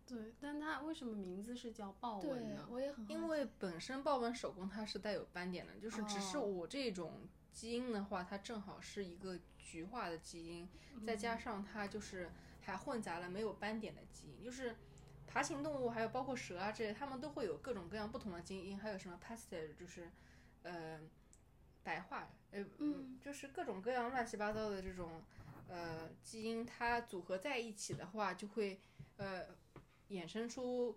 对，但它为什么名字是叫豹纹
对
呢？
我也很好
因为本身豹纹手工它是带有斑点的，就是只是
哦
我这种基因的话，它正好是一个菊化的基因，再加上它就是还混杂了没有斑点的基因，就是。爬行动物还有包括蛇啊这些，它们都会有各种各样不同的基因，还有什么 pastel，就是，呃，白化，呃，
嗯
就是各种各样乱七八糟的这种，呃，基因它组合在一起的话，就会，呃，衍生出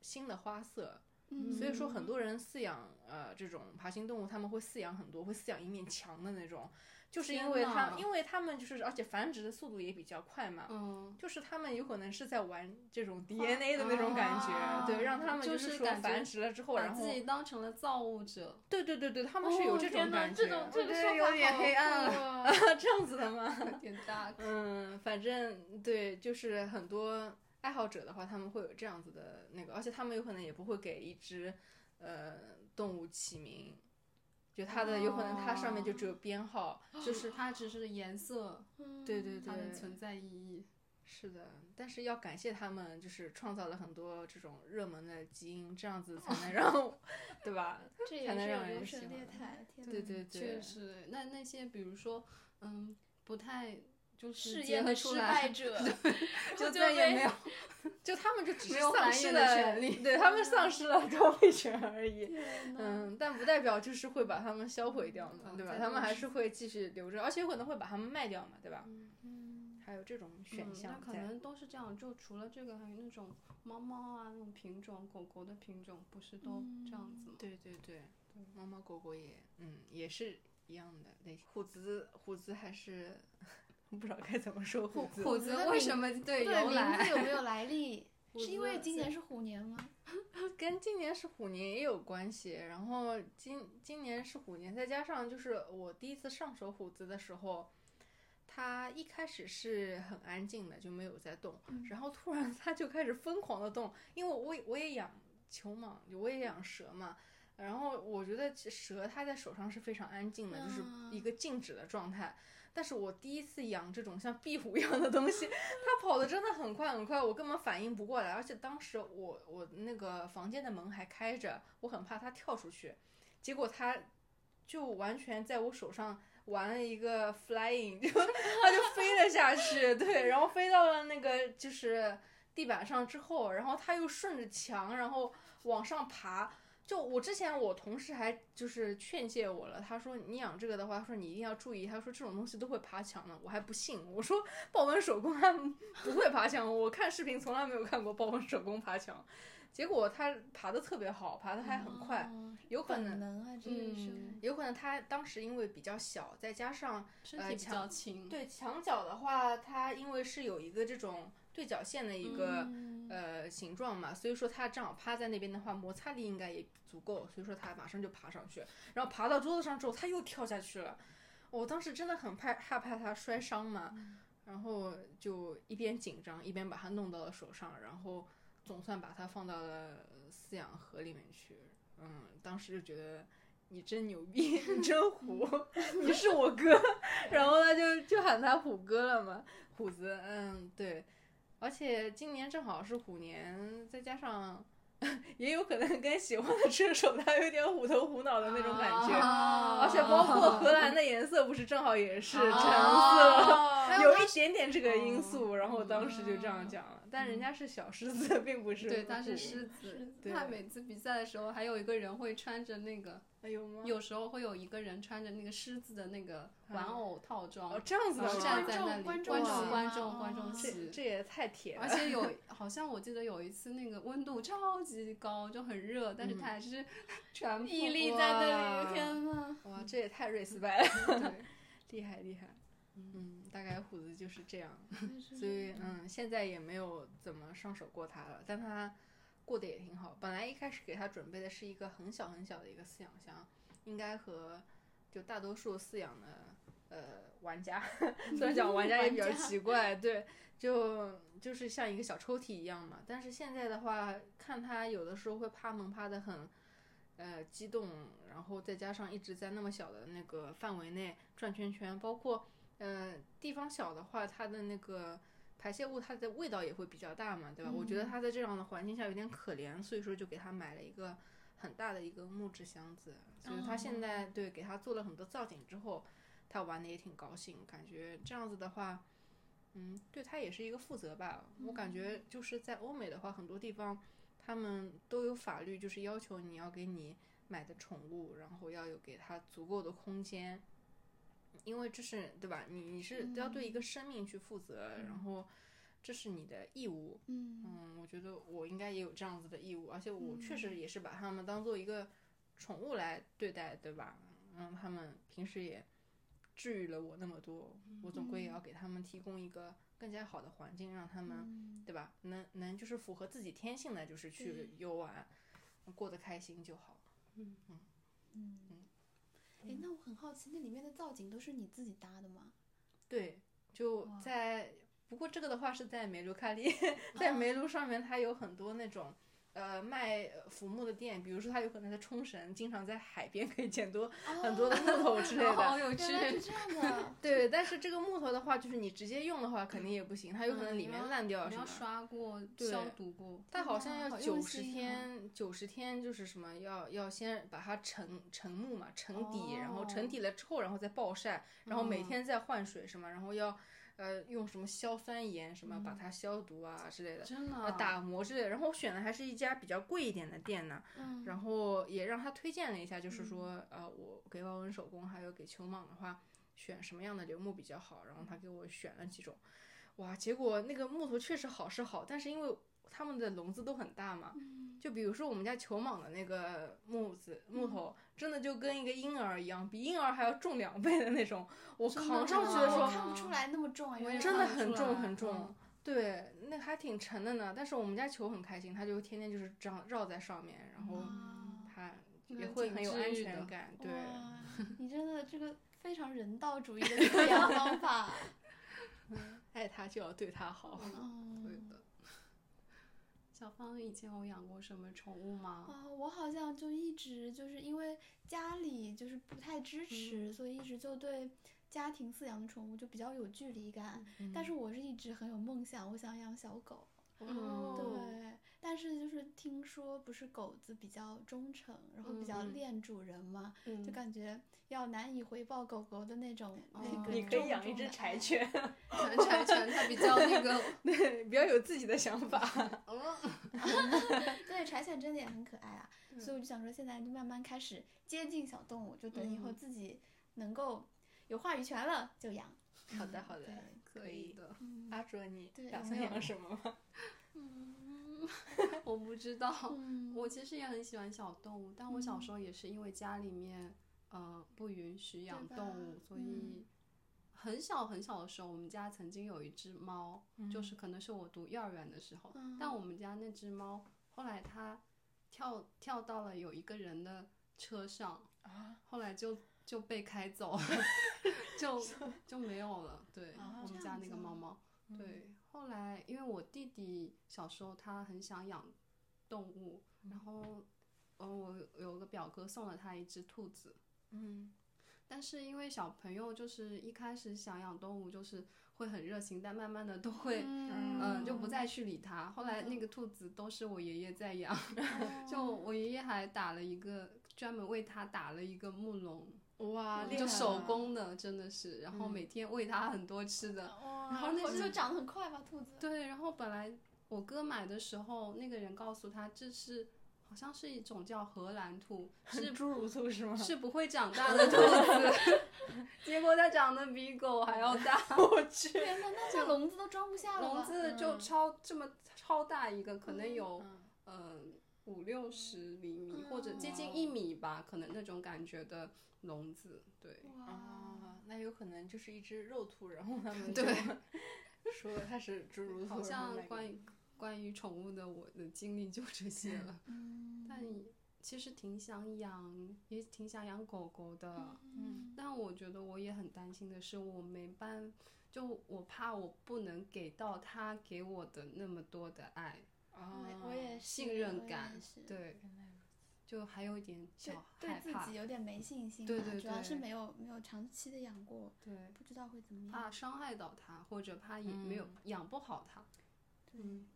新的花色。
嗯
所以说，很多人饲养呃这种爬行动物，他们会饲养很多，会饲养一面墙的那种，就是因
天
为它
呐
因为它们就是而且繁殖的速度也比较快嘛。
嗯，
就是他们有可能是在玩这种 DNA 的那种感觉，
啊
对，让他们
就是是
说
感觉
繁殖了之后，
把
然后
自己当成了造物者， [laughs]
对对对对，他们是有
哦
这
天
种
呐
感觉，
这种这
我
个
觉得
说
有
法
点
好嗯
黑暗
酷 [laughs]
了， [laughs] 这样子的吗？
哦有点大。 [laughs]
嗯，反正对，就是很多爱好者的话，他们会有这样子的那个，而且他们有可能也不会给一只呃动物起名，就它的、有可能它上面就只有
哦
编号，
[gasps]
就是
它只是颜色，
嗯
对对
它的
对，
存在意义。
是的，但是要感谢他们，就是创造了很多这种热门的基因，这样子才能让， [laughs] 对吧？
这
才
也
能
是
让
有
人
优
喜
胜劣
欢
汰，天
对
呐
对对，
确实，那那些比如说，嗯，不太就是
试
结
验
合
的
出
失
来
败，
[laughs]
者，
[laughs]
就
就
再也
被
没有， [laughs] 就他们就只
没
是
有
丧
繁
失
衍的
了
权利嗯 [laughs]
对他们丧失了高配权而已。
天呐，
嗯，但不代表就是会把他们销毁掉嘛，
嗯
对吧？
再
他们
多
还
试
是会继续留着，而且有可能会把他们卖掉嘛，对吧？
嗯
还有这种选
嗯，那
项
可
在。
能都是这样。就除了这个，还有那种猫猫啊，那种品种，狗狗的品种，不是都
嗯
这样子吗？
对对对，猫猫狗狗也，嗯，也是一样的类型。虎子，虎子还是 [laughs] 不知道该怎么说虎子。
虎
虎
子
子的
为
名
什么对
对，
由
名字
来？
有
[laughs]
没有来历？
虎
是因为
子
今
是
年是虎年吗？
跟今年是虎年也有关系，然后今今年是虎年，再加上就是我第一次上手虎子的时候，它一开始是很安静的，就没有在动，然后突然 [laughs] 它就开始疯狂的动，因为我也我也养球蟒，我也养蛇嘛，然后我觉得其蛇它在手上是非常安静的，就是一个静止的状态。但是我第一次养这种像壁虎一样的东西，它跑得真的很快很快，我根本反应不过来。而且当时我我那个房间的门还开着，我很怕它跳出去，结果它就完全在我手上玩了一个 flying，就它就飞了下去，对，然后飞到了那个就是地板上之后，然后它又顺着墙，然后往上爬。就我之前，我同事还就是劝诫我了，他说你养这个的话，他说你一定要注意，他说这种东西都会爬墙的，我还不信，我说豹纹手工它不会爬墙，我看视频从来没有看过豹纹手工爬墙，结果它爬的特别好，爬的还 [laughs] 很快，
哦
有可
本
能
能啊，这个是
嗯
有可能它当时因为比较小，再加上
身
呃
体比
强
较轻，
对墙角的话，它因为是有一个这种对角线的一个、呃形状嘛，所以说它正好趴在那边的话，摩擦力应该也足够，所以说它马上就爬上去，然后爬到桌子上之后，它又跳下去了。我当时真的很怕害怕它摔伤嘛，然后就一边紧张一边把它弄到了手上，然后总算把它放到了饲养盒里面去。嗯，当时就觉得你真牛逼， [laughs] 你真虎，你是我 [laughs] 哥。然后他就就喊他虎哥了嘛，虎子。嗯，对。而且今年正好是虎年，再加上 [laughs] 也有可能跟喜欢的车手他有点虎头虎脑的那
啊
种感觉，
哦
而且包括
[laughs]
荷兰的颜色不是正好也是橙
啊
色，
还有
有
当
一点点这个因素。然后我当时就这样
嗯
讲了，但人家是小狮子，并不是
对，他
虎
是狮子。
对
他每次比赛的时候，还有一个人会穿着那个，
哎有吗？
有时候会有一个人穿着那个狮子的那个玩偶套装，
嗯哦，这样子
然
的
后
是
站
吗？
在那里，
观
观
众
众
观啊
观
众席
众观
吗
众
哦
这
席，
这也太铁
而
了。
且有， [laughs] 好像我记得有一次那个温度超级高，就很热，但是他还是全部
屹立在那
哇
里，天
[laughs]
呐，
哇，这也太 race 白 [laughs] 了，
对，
厉害厉害。
[laughs]
嗯，大概虎子就是这样，所
所
以嗯，现在也没有怎么上手过他了，但他过得也挺好。本来一开始给他准备的是一个很小很小的一个饲养箱，应该和就大多数饲养的呃玩家， [laughs] 虽然讲玩家也比较
玩家
奇怪，对，就就是像一个小抽屉一样嘛。但是现在的话，看他有的时候会趴门趴的很，呃，激动，然后再加上一直在那么小的那个范围内转圈圈，包括呃地方小的话，它的那个排泄物它的味道也会比较大嘛，对吧？我觉得
嗯
它在这样的环境下有点可怜，所以说就给它买了一个很大的一个木质箱子，所以它现在对给它做了很多造景之后，它玩的也挺高兴，感觉这样子的话。嗯，对它也是一个负责吧。我感觉就是在欧美的话，很多地方他们都有法律，就是要求你要给你买的宠物，然后要有给它足够的空间，因为这是对吧？你你是要对一个生命去负责，然后这是你的义务。
嗯，
嗯，我觉得我应该也有这样子的义务，而且我确实也是把它们当做一个宠物来对待，对吧？嗯，他们平时也治愈了我那么多，我总归也要给他们提供一个更加好的环境，让他们
嗯
对吧？能能就是符合自己天性的，就是
嗯
去游玩，过得开心就好。
嗯，哎，那我很好奇，那里面的造景都是你自己搭的吗？
对，就
哇
在不过这个的话是在梅卢卡
[laughs]
里，在梅
嗯
卢上面它有很多那种。呃，卖呃浮木的店，比如说它有可能在冲绳，经常在海边可以捡多
哦
很多的木头之类的。，
好有趣
原。 [laughs] 来是这样的
[laughs] 对，但是这个木头的话，就是你直接用的话，肯定也不行，它有可能
嗯
里
你
面
要
烂掉
你
什么
要。刷过、
对
消毒过，
它好像
哇
要
好
九
用
十
心啊
天，九十天就是什么，要要先把它沉沉木嘛，沉底，然后沉
哦嗯
底了之后，然后再暴晒，然后每
哦
天再换水什么，然后要呃用什么硝酸盐什么
嗯
把它消毒啊之类的，
真的
呃
啊
打磨之类的。然后我选的还是一家比较贵一点的店呢，
嗯，
然后也让他推荐了一下，就是说，呃，我给豹纹手工还有给球蟒的话，选什么样的流木比较好。然后
嗯
他给我选了几种，哇，结果那个木头确实好是好，但是因为它们的笼子都很大嘛，
嗯
就比如说我们家球蟒的那个木子
嗯
木头，真的就跟一个婴儿一样，比婴儿还要重两倍的那种。我
真的
扛上
吗
去的时
我
候，
看不出来那么重啊，
我
原
也
来
真的
看不
很
出来
重很重
嗯
对，那还挺沉的呢。但是我们家球很开心，它就天天就是这样绕在上面，然后
嗯哇
它
那
也
还
会
挺
很有
治
安
愈
全
的
感。对，
啊哇
[laughs]
你真的这个非常人道主义的饲养方
[laughs]
法，
爱它就要对它好。对
嗯。
的，
小芳以前有养过什么宠物吗？
啊，我好像就一直就是因为家里就是不太
嗯
支持，所以一直就对家庭饲养的宠物就比较有距离感。
嗯
但是我是一直很有梦想，我想养小狗。
哦
对，但是就是听说不是狗子比较忠诚，然后比较
嗯嗯
恋主人嘛，
嗯
就感觉要难以回报狗狗的那种、
哦
那个。
你可以养一只
[laughs]
柴。 [laughs] 犬，
柴柴犬它比较那个，
对，比较有自己的想法。
对，柴犬真的也很可爱啊，所以我就想说，现在就慢慢开始接近小动物，就等以后
嗯
自己能够有话语权了就养。
[laughs] 好的，好的
对，
可以的。
嗯
阿卓，你
对
打
有
算
没有
养什么吗？
嗯， [laughs] 我不知道。
嗯
我其实也很喜欢小动物，但我小时候也是因为家里面呃不允许养
吧嗯
动物，所以很小很小的时候，我们家曾经有一只猫，
嗯
就是可能是我读幼儿园的时候，
嗯
但我们家那只猫后来它跳跳到了有一个人的车上，
啊，
后来就就被开走了， [laughs]
[laughs]
就就没有了。对，
啊
我们
这
家
样
那
子
个
啊
猫猫，
嗯
对，后来因为我弟弟小时候他很想养动物，呃然后，嗯，我有个表哥送了他一只兔子，
嗯，
但是因为小朋友就是一开始想养动物，就是会很热情，但慢慢的都会，
嗯
嗯、就不再去理它。后来那个兔子都是我爷爷在养，
哦
就我爷爷还打了一个专门为它打了一个木笼，
哇，
厉害
就
了
手工的，真的是，然后
嗯
每天喂它很多吃的。
哇，
然后那
就是就长得很快吧，兔子。
对，然后本来我哥买的时候，那个人告诉他这是好像是一种叫荷兰兔，是 [laughs]
侏儒兔是吗？
是不会长大的兔子， [laughs] 结果它长得比狗还要大， [laughs] 我去，
天呐，那这笼子都装不下了
笼
吧。
子就
嗯
超这么超大一个，可能
嗯
有
嗯
呃五六十厘米
嗯
或者接近一米吧，可能那种感觉的笼子，对，
哇，
啊，那有可能就是一只肉兔，然 [laughs] 后他们就
对
说它是侏儒兔，
好
然后
像
卖给
关于关于宠物的我的经历就这些了。
嗯，
但其实挺想养，也挺想养狗狗的。
嗯，
但我觉得我也很担心的是，我没办，就我怕我不能给到它给我的那么多的爱，
啊
我我也是
呃信任感，
对
对，
原来如此
就还有一点
对
小
对
害
自
怕
己，有点没信心吧，
对对
主要是
对
没有没有长期的养过，
对，
不知道会怎么样。
怕伤害到它，或者怕也没有、
嗯
养不好它。嗯，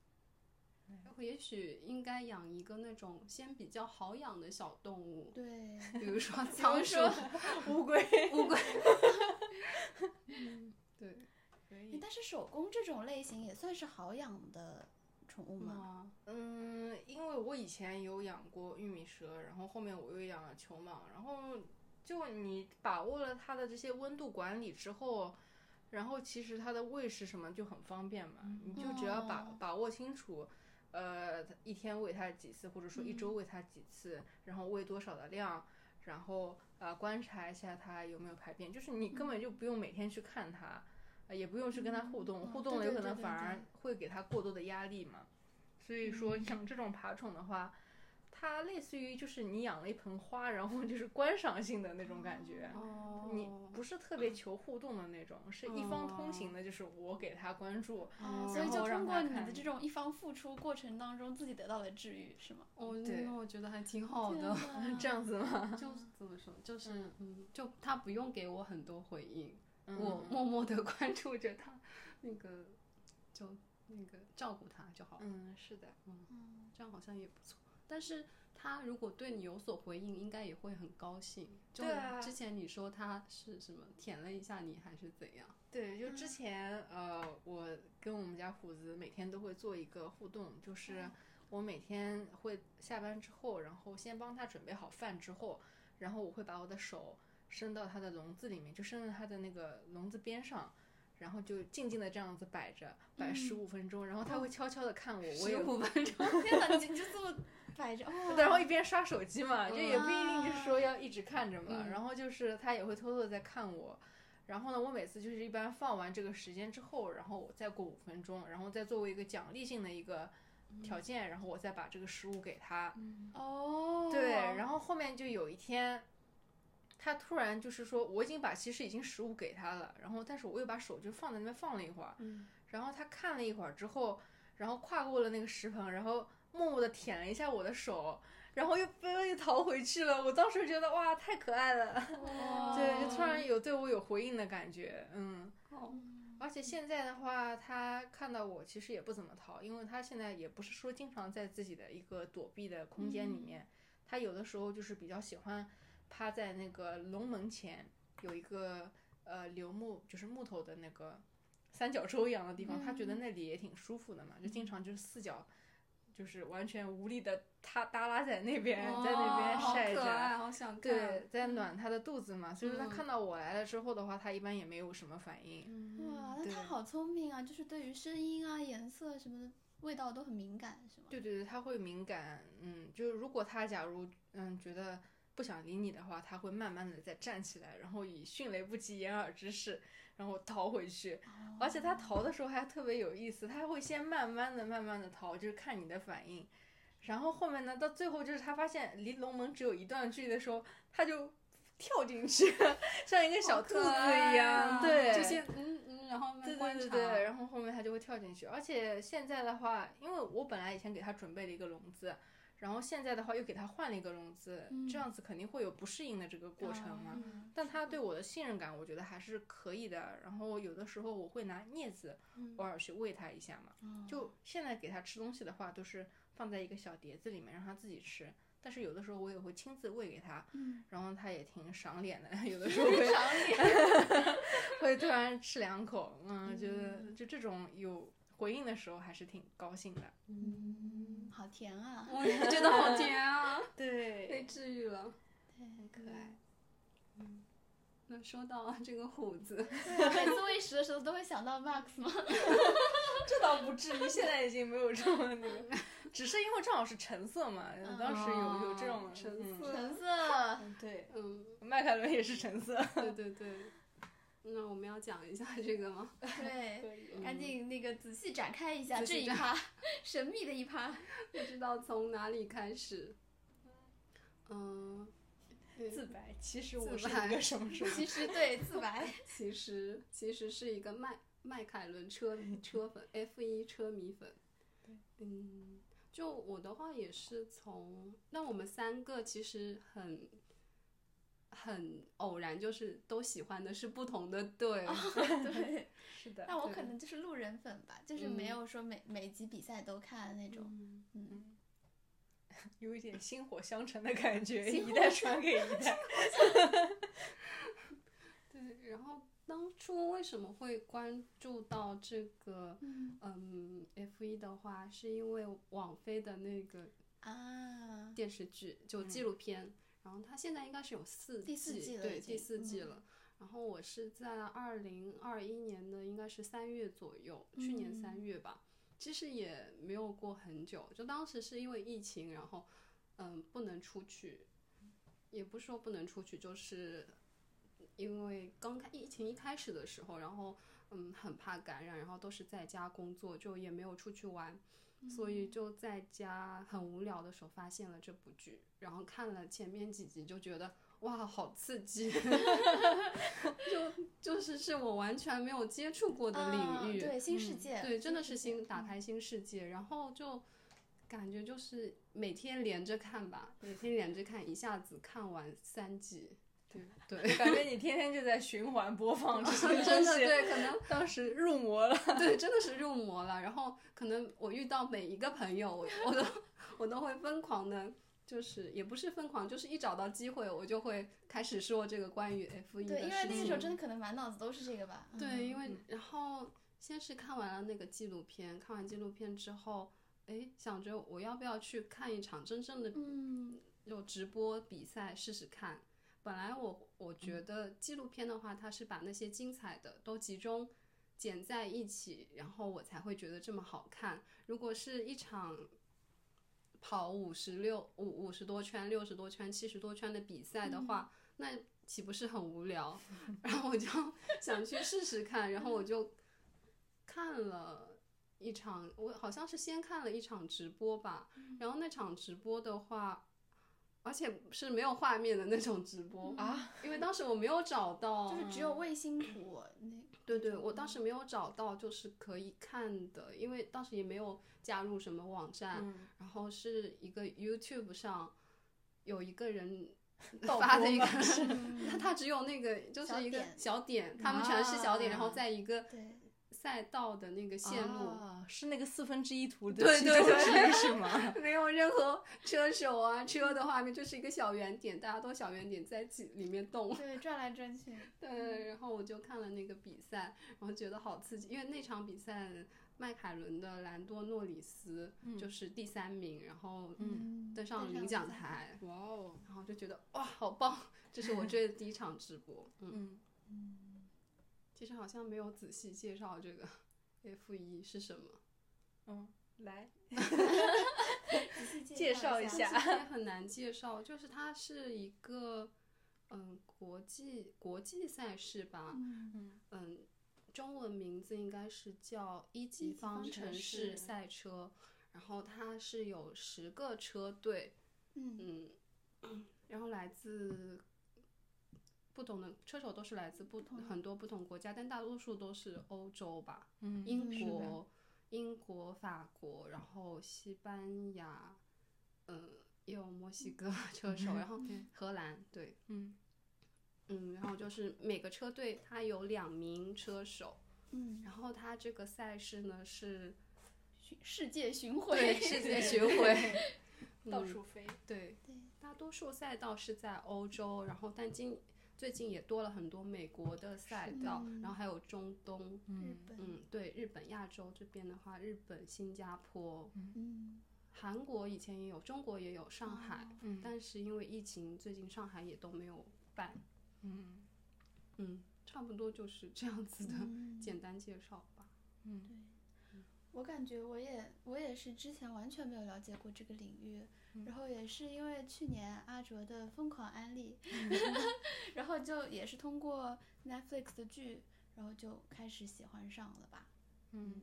也许应该养一个那种先比较好养的小动物， [laughs]
对，
比如说
[laughs] 比
仓
如
鼠、
说
乌龟
乌
[laughs]
龟。嗯，对，
[laughs] 可
诶
以。
但是手工这种类型也算是好养的宠物嗯吗？
啊，
嗯，因为我以前有养过玉米蛇，然后后面我又养了球蟒，然后就你把握了它的这些温度管理之后，然后其实它的喂食什么就很方便嘛，你就只要把
哦
把握清楚，呃，一天喂它几次，或者说一周喂它几次，然后喂多少的量，然后呃观察一下它有没有排便，就是你根
嗯
本就不用每天去看它，呃也不用去跟它互动，
嗯
互
哦
动了
对
有
对
可
对
能
对
反而
对嗯
会给它过多的压力嘛。所以说，像这种爬宠的话，它类似于就是你养了一盆花，然后就是观赏性的那种感觉。
哦，
你不是特别求互动的那种，是一方通行
哦
的，就是我给它
[laughs]
关注，
啊，
嗯
所以
然
就
后让
通过
它
你的
看
这种一方付出过程当中，自己得到了治愈，是吗？
哦，
对啊
那我觉得还挺好的。
天
[laughs]
这样子吗？
哪
就是怎么说，就是
嗯
嗯就他不用给我很多回应，我
嗯
默默的 [laughs] 关注着他，那个就那个照顾他就好了，
嗯是的，
嗯
这样好像也不错。但是他如果对你有所回应，应该也会很高兴。就
对啊
之前你说他是什么舔了一下你，还是怎样？
对，就之
嗯
前呃，我跟我们家虎子每天都会做一个互动，就是我每天会下班之后，然后先帮他准备好饭之后，然后我会把我的手伸到他的笼子里面，就伸到他的那个笼子边上。然后就静静的这样子摆着，摆
嗯
十五分钟，然后他会悄悄的看
[laughs]
我，我也
十五分钟，
哦天哪，你就你就这么摆
[laughs]
着，哦
对，然后一边刷手机嘛，就也不一定就是
啊
说要一直看着嘛。
嗯
然后就是他也会偷偷的在看我。然后呢，我每次就是一般放完这个时间之后，然后我再过五分钟，然后再作为一个奖励性的一个条件，然后我再把这个食物给他。
哦，
对，然后后面就有一天，他突然就是说，我已经把其实已经食物给他了，然后但是我又把手就放在那边放了一会儿，
嗯
然后他看了一会儿之后，然后跨过了那个食盆，然后默默的舔了一下我的手，然后又又又逃回去了。我当时觉得哇，太可
[laughs]
爱了， [laughs]
哇
对，就突然有对我有回应的感觉，嗯。
哦
嗯
而且现在的话，他看到我其实也不怎么逃，因为他现在也不是说经常在自己的一个躲避的空间
嗯
里面，他有的时候就是比较喜欢趴在那个笼门前有一个呃柳木，就是木头的那个三角洲一样的地方，他觉得
嗯
那里也挺舒服的嘛，就经常就是四脚。就是完全无力的，他耷拉在那边，在那边
哦好
晒着，
可爱，好想看。
对，在暖它的肚子嘛。所以说，它
嗯
看到我来了之后的话，它一般也没有什么反应。
嗯，
哇，那
对
它好聪明啊，就是对于声音啊、颜色什么的味道都很敏感，是吗？
对对对，它会敏感。嗯，就是如果它假如嗯觉得不想理你的话，它会慢慢的再站起来，然后以迅雷不及掩耳之势，然后逃回去。而且它
哦
逃的时候还特别有意思，它会先慢慢的、慢慢的逃，就是看你的反应。然后后面呢，到最后就是它发现离龙门只有一段距离的时候，它就跳进去， [laughs] 像一个小兔子一样。
好可爱啊
对，
就先嗯嗯，然后慢
对
慢
对
观
对
察，
对，然后后面它就会跳进去。而且现在的话，因为我本来以前给它准备了一个笼子，然后现在的话又给他换了一个融资，
嗯
这样子肯定会有不适应的这个过程嘛。
嗯
嗯
但他对我的信任感，我觉得还是可以的。然后有的时候我会拿镊子
嗯哦
偶尔去喂他一下嘛。就现在给他吃东西的话，都是放在一个小碟子里面让他自己吃。但是有的时候我也会亲自喂给他，
嗯
然后他也挺赏脸的，有 [laughs] 的时候会 [laughs] 会突然吃两口，嗯，觉得就这种有回应的时候还是挺高兴的。
嗯，好甜啊，
我也觉得好甜
[laughs]
啊，被
对，
治愈了，
对，很
可爱。那说到这个虎子，
嗯每次喂食的时候都会想到 Max 吗？
这倒不至于，现在已经没有这么那个， [laughs] 嗯哦只是因为正好是橙色嘛，当时有有这种
橙色
橙色，
嗯对，
嗯，
迈凯伦也是橙色，
对对对，那我们要讲一下这个吗？
对，
以
嗯
赶紧那个仔细展开一
仔
下这
细
一
展
趴，神秘的一趴，
不知道从哪里开始。嗯，对
自白。其实
自
我是
白
一个什么什 [laughs] 么，
其实对自白，
[laughs] 其实其实是一个迈迈凯伦车车粉 [laughs] F 一车迷粉。嗯，就我的话也是从，那我们三个其实很。很偶然，就是都喜欢的是不同的队，
对。
是的，
那我
对
可能就是路人粉吧，就是没
嗯
有说每每集比赛都看那种。
嗯
嗯，
有一点薪火相传的感觉，
薪
一
火
代传给一代。
对。然后当初为什么会关注到这个
嗯
嗯，F 一的话，是因为网飞的那个
啊，
电视剧，就纪录片，然后它现在应该是有四
嗯第四季了
对，
已
第
经
四季
嗯
了。然后我是在二零二一年的应该是三月左右，去年三
嗯
月吧，其实也没有过很久，就当时是因为疫情，然后嗯不能出去，也不是说不能出去，就是因为刚开疫情一开始的时候，然后嗯很怕感染，然后都是在家工作，就也没有出去玩，
嗯
所以就在家很无聊的时候发现了这部剧，然后看了前面几集就觉得哇好刺
[laughs]
激，就就是是我完全没有接触过的领域，
啊、对新世
嗯
界，
对，真的
世
是
界嗯
新打开新世界，然后就感觉就是每天连着看吧，每天连着看，一下子看完三
[laughs]
季，对对，
我感觉你天天就在循环播放这些
真的
东西，
对，可能
当时入魔了。
[laughs] 对真的是入魔了。然后可能我遇到每一个朋友，我我都我都会疯狂的。就是也不是疯狂，就是一找到机会，我就会开始说这个关于 F 一的
对，因为那个时候
事情
真的可能满脑子都是这个吧。
对，因为
嗯
然后先是看完了那个纪录片，看完纪录片之后，哎，想着我要不要去看一场真正的
嗯
有直播比赛试试看。本来我我
嗯
觉得纪录片的话，它是把那些精彩的都集中剪在一起，然后我才会觉得这么好看。如果是一场跑五十六五五十多圈、六十多圈、七十多圈的比赛的话，那岂不是很无聊？ [laughs] 然后我就想去试试看，然后我就看了一场，我好像是先看了一场直播吧，然后那场直播的话。而且是没有画面的那种直播
啊，
因为当时我没有找到，嗯
就是只有卫星图那。
对对，我当时没有找到就是可以看的，因为当时也没有加入什么网站，
嗯
然后是一个 YouTube 上有一个人 [laughs]
盗
发的
播
一个 [laughs]
吗，
他他只有那个就
小
是一个
点
小点，他们全是小点，然后
啊
在一个
对，
赛道的那个线路。
啊是那个四分之一图的
对
其中
对对
之一是吗？
[laughs] 没有任何车手啊，车的画面就是一个小圆点，大家都小圆点在几里面动。
对，转来转去，
对，然后我就看了那个比赛，然后觉得好刺激，因为那场比赛迈凯伦的兰多诺里斯就是第三名，然后
嗯
嗯登上领奖，台，
[laughs] 哇哦，
然后就觉得哇，好棒！这是我追的第一场直播。 [laughs] 嗯，
嗯，
其实好像没有仔细介绍这个 [laughs] F 一是什 [laughs] 么，
嗯，来，
仔细
介绍一
一
下
其实也很难介绍，就是它是一个嗯国际国际赛事吧，
嗯
嗯，中文名字应该是叫一级
级
方
方
程
程
式
式
赛车，然后它是有十个车队，
嗯
嗯，然后来自不同的车手都是来自不同很多不同国家，但大多数都是欧洲吧，
嗯
英
是的
国、英国、法国，然后西班牙、嗯，有墨西哥车手，然后
对
荷兰，对，
嗯，
嗯，然后就是每个车队它有两名车手，
嗯，
然后它这个赛事呢
[laughs]
是
巡世界巡
对
回，
[laughs] 世界巡回，
到
嗯
处飞，
对，
对，
大多数赛道是在欧洲，然后但今最近也多了很多美国的赛道，
嗯
然后还有中东，
日
嗯，
本，
嗯，对，日本、亚洲这边的话，日本、新加坡、
嗯，
韩国以前也有，中国也有，上海，
哦
嗯
但是因为疫情，最近上海也都没有办，
嗯
嗯，差不多就是这样子的
嗯
简单介绍
[laughs]
吧。
嗯
我感觉我也我也是之前完全没有了解过这个领域，然后也是因为去年阿卓的疯狂安利， [laughs] 然后就也是通过 Netflix 的剧，然后就开始喜欢上了吧。
嗯，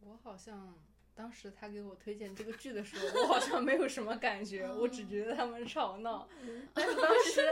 我好像当时他给我推荐这个剧的时候，我好像没有什么感觉，我只觉得他们吵闹。 [laughs] 但是当时，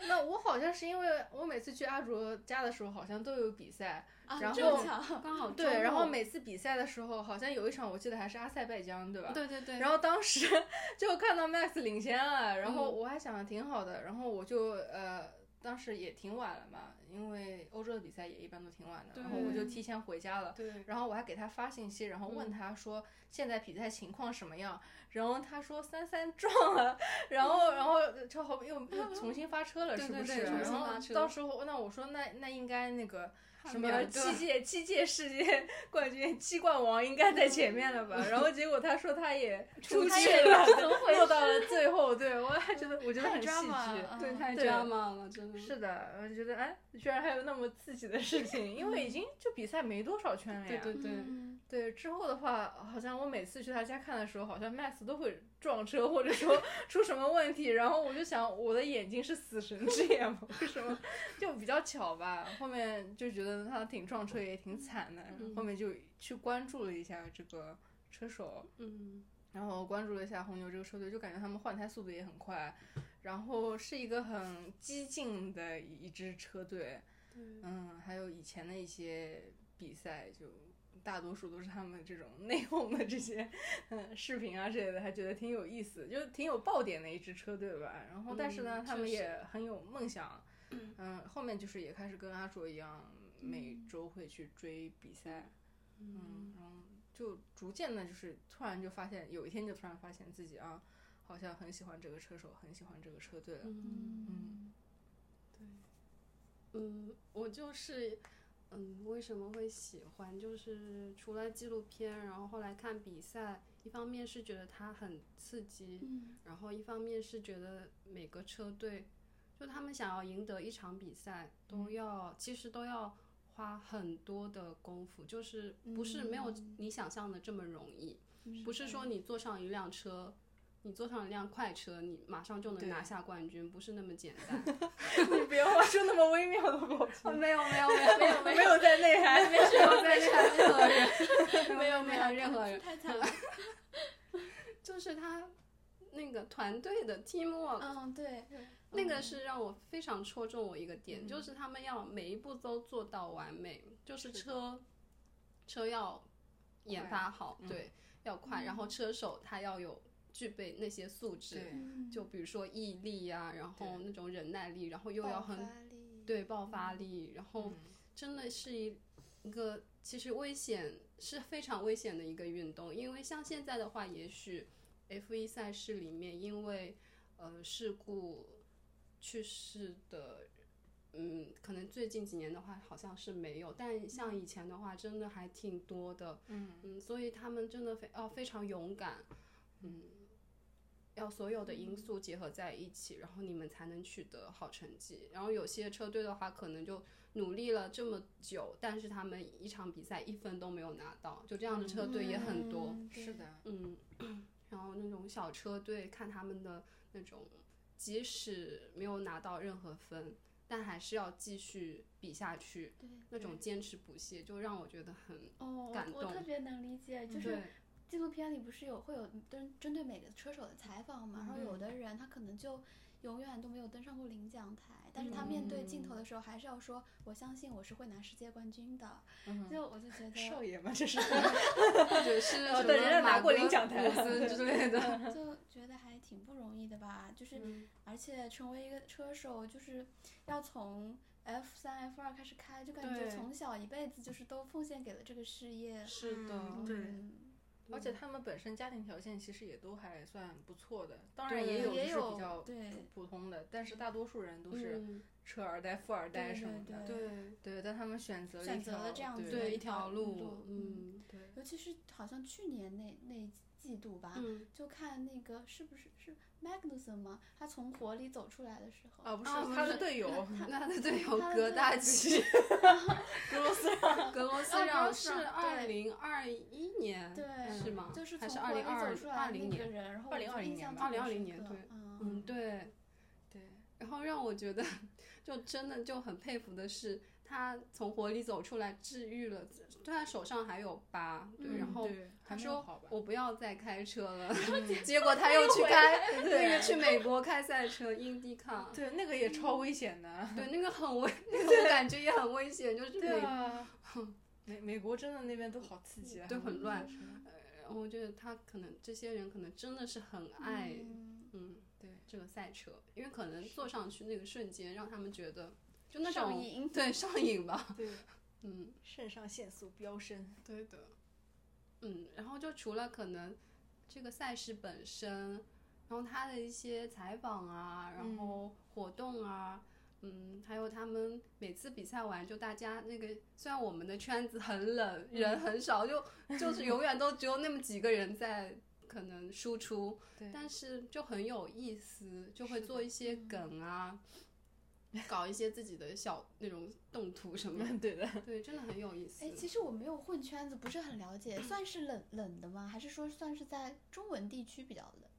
那我好像是因为我每次去阿卓家的时候，好像都有比赛，
啊，
然
这
后
么巧，
刚好周
对，然后
末
每次比赛的时候，好像有一场我记得还是阿塞拜疆，对吧？
对对对，
然后当时 [laughs] 就看到 Max 领先了，然后
嗯
我还想的挺好的，然后我就呃，当时也挺晚了嘛，因为欧洲的比赛也一般都挺晚的，
对嗯
然后我就提前回家了。
对，
然后我还给他发信息，然后问他说现在比赛情况什么样，然后他说三三撞了，然后然后超后又又重新发车
嗯
了，
对
是不
对对
是？
重新
然后
发车
到时候那我说那那应该那个什
汉
么
密尔
七
顿
届七届世界冠军七冠王应该在前面了吧？然后结果他说他也出
嗯他
去
也
了，
怎么回
落到了最后，对我还
[laughs]
觉得我觉得
太
很戏
drama
剧
了。啊
对，太
对
drama 了，真的。
是的，我觉得哎，居然还有那么刺激的事情，因为已经就比赛没多少圈了呀。
对对对，
嗯
对，之后的话，好像我每次去他家看的时候，好像 Max 都会撞车，或者说 [laughs] 出什么问题，然后我就想，我的眼睛是死神之眼吗？为什么？就比较巧吧。后面就觉得他挺撞车，也挺惨的，
嗯
后面就去关注了一下这个车手，
嗯，
然后关注了一下红牛这个车队，就感觉他们换胎速度也很快，然后是一个很激进的一支车队。
对，
嗯，还有以前的一些比赛，就大多数都是他们这种内讧的这些嗯视频啊之类的，还觉得挺有意思，就挺有爆点的一支车队吧。然后，但是呢，
嗯
他
确
们
实
也很有梦想。嗯，后面就是也开始跟阿卓一样，每
嗯
周会去追比赛。嗯，然后就逐渐的，就是突然就发现，有一天就突然发现自己啊，好像很喜欢这个车手，很喜欢这个车队了。
嗯，
嗯
对，嗯，我就是，嗯，为什么会喜欢？就是除了纪录片，然后后来看比赛，一方面是觉得它很刺激，
嗯
然后一方面是觉得每个车队，就他们想要赢得一场比赛，都要、其实都要花很多的功夫，就是不是没有
嗯
你想象的这么容易，
嗯
不是说你坐上一辆车。你坐上一辆快车，你马上就能
对
拿下冠军，不是那么简单。
[laughs] 你不要说那么微妙的表情。
没有没有哦没有没有
没有在内涵，没有在内涵。
任何人，没有
没
没
有
有任何人，
太
[laughs]
惨了。
就是他那个团队的 teamwork，、
嗯，对，
那
嗯
个是让我非常戳中我一个点，就是他们要每一步都做到完美，就是
是的
车车要研发好，
嗯
对，要快，然后车手他要有具备那些素质，
对
嗯
就比如说毅力啊，然后
对
那种忍耐力，然后又要
爆
很
发力
对爆发力，然后。真的是一一个其实危险是非常危险的一个运动，因为像现在的话，也许 F 1赛事里面因为呃事故去世的，嗯，可能最近几年的话好像是没有，但像以前的话，真的还挺多的，
嗯，
嗯，所以他们真的非哦非常勇敢，嗯。要所有的因素结合在一起，然后你们才能取得好成绩。然后有些车队的话，可能就努力了这么久，但是他们一场比赛一分都没有拿到，就这样的车队也很多。
嗯
是，的，
嗯， [clears throat] 然后那种小车队看他们的那种，即使没有拿到任何分，但还是要继续比下去，
对对
那种坚持不懈，就让我觉得很
哦，
感
我我特
动
别能理解，就是
对，
纪录片里不是有会有针针对每个车手的采访嘛，然后有
嗯
的人他可能就永远都没有登上过领奖台，但是他面对镜头
嗯
的时候还是要说：“我相信我是会拿世界冠军的。
嗯哼
就我就觉得，
少爷嘛，这是
或者是
哦
什
对
么
人家拿
马
过
格
领奖台
鲁
了
斯之
[laughs]
类的。
对就觉得还挺不容易的吧。就是，
嗯
而且成为一个车手，就是要从 F 三、F 二开始开，就感觉
对
从小一辈子就是都奉献给了这个事业。
是的，
嗯
对，
嗯
而且他们本身家庭条件其实也都还算不错的，当
对
然也有就
也
是
有
比较
对
普普通的，但是大多数人都是
嗯
车二代、富二代
对
什么
对
的。
对
对，但他们选择了
选
一
择了
条
这样子
对
的
对一
一
条
条
路，
嗯
对
尤其是好像去年那那一季度吧，
嗯，
就看那个是不是是 Magnuson 吗？他从火里走出来的时候，
啊，不是
啊不
他的
是
队友，
那的队友
他的
格
队
大
友
齐，
格罗斯让，
格罗斯
啊格
让
罗
是
斯
二
让
零二一年，
对
是吗？
就是
嗯还
从
是
火
二
里
零二
走出来
二
的
零
那个
年？
人，然后我就
2020
印
年
象
吧
特别
2020
深
年
刻
对嗯，
嗯，
对。
对，
然后让我觉得，就真的就很佩服的是，他从火里走出来，治愈了自，虽然手上还有疤，对，
嗯
然后
对
他
还没有
说
好吧？
我不要再开车了，结果他又去开那
[laughs]
个去美国开赛车 IndyCar，
[laughs] 对，那个也超危险的。
对，那个很危，那个我感觉也很危险，就是美
[laughs] 对啊，美美国真的那边都好刺激啊，
对很乱
是的。
然后我觉得他可能这些人可能真的是很爱，
嗯
嗯，
对
这个赛车，因为可能坐上去那个瞬间让他们觉得就那
上
种
瘾
对上瘾吧，
对，
嗯，
肾上腺素飙升。
对的，嗯，然后就除了可能这个赛事本身，然后他的一些采访啊，然后活动啊。嗯，还有他们每次比赛完，就大家那个，虽然我们的圈子很冷，人很少，就就是永远都只有那么几个人在可能输出，
对，
但是就很有意思，就会
是的
做一些
嗯
梗啊，搞一些自己的小那种动图什么的，
[laughs] 嗯 [laughs] ，对的。
对，真的很有意思。
哎，其实我没有混圈子，不是很了解，算是冷冷的吗？还是说算是在中文地区比较冷？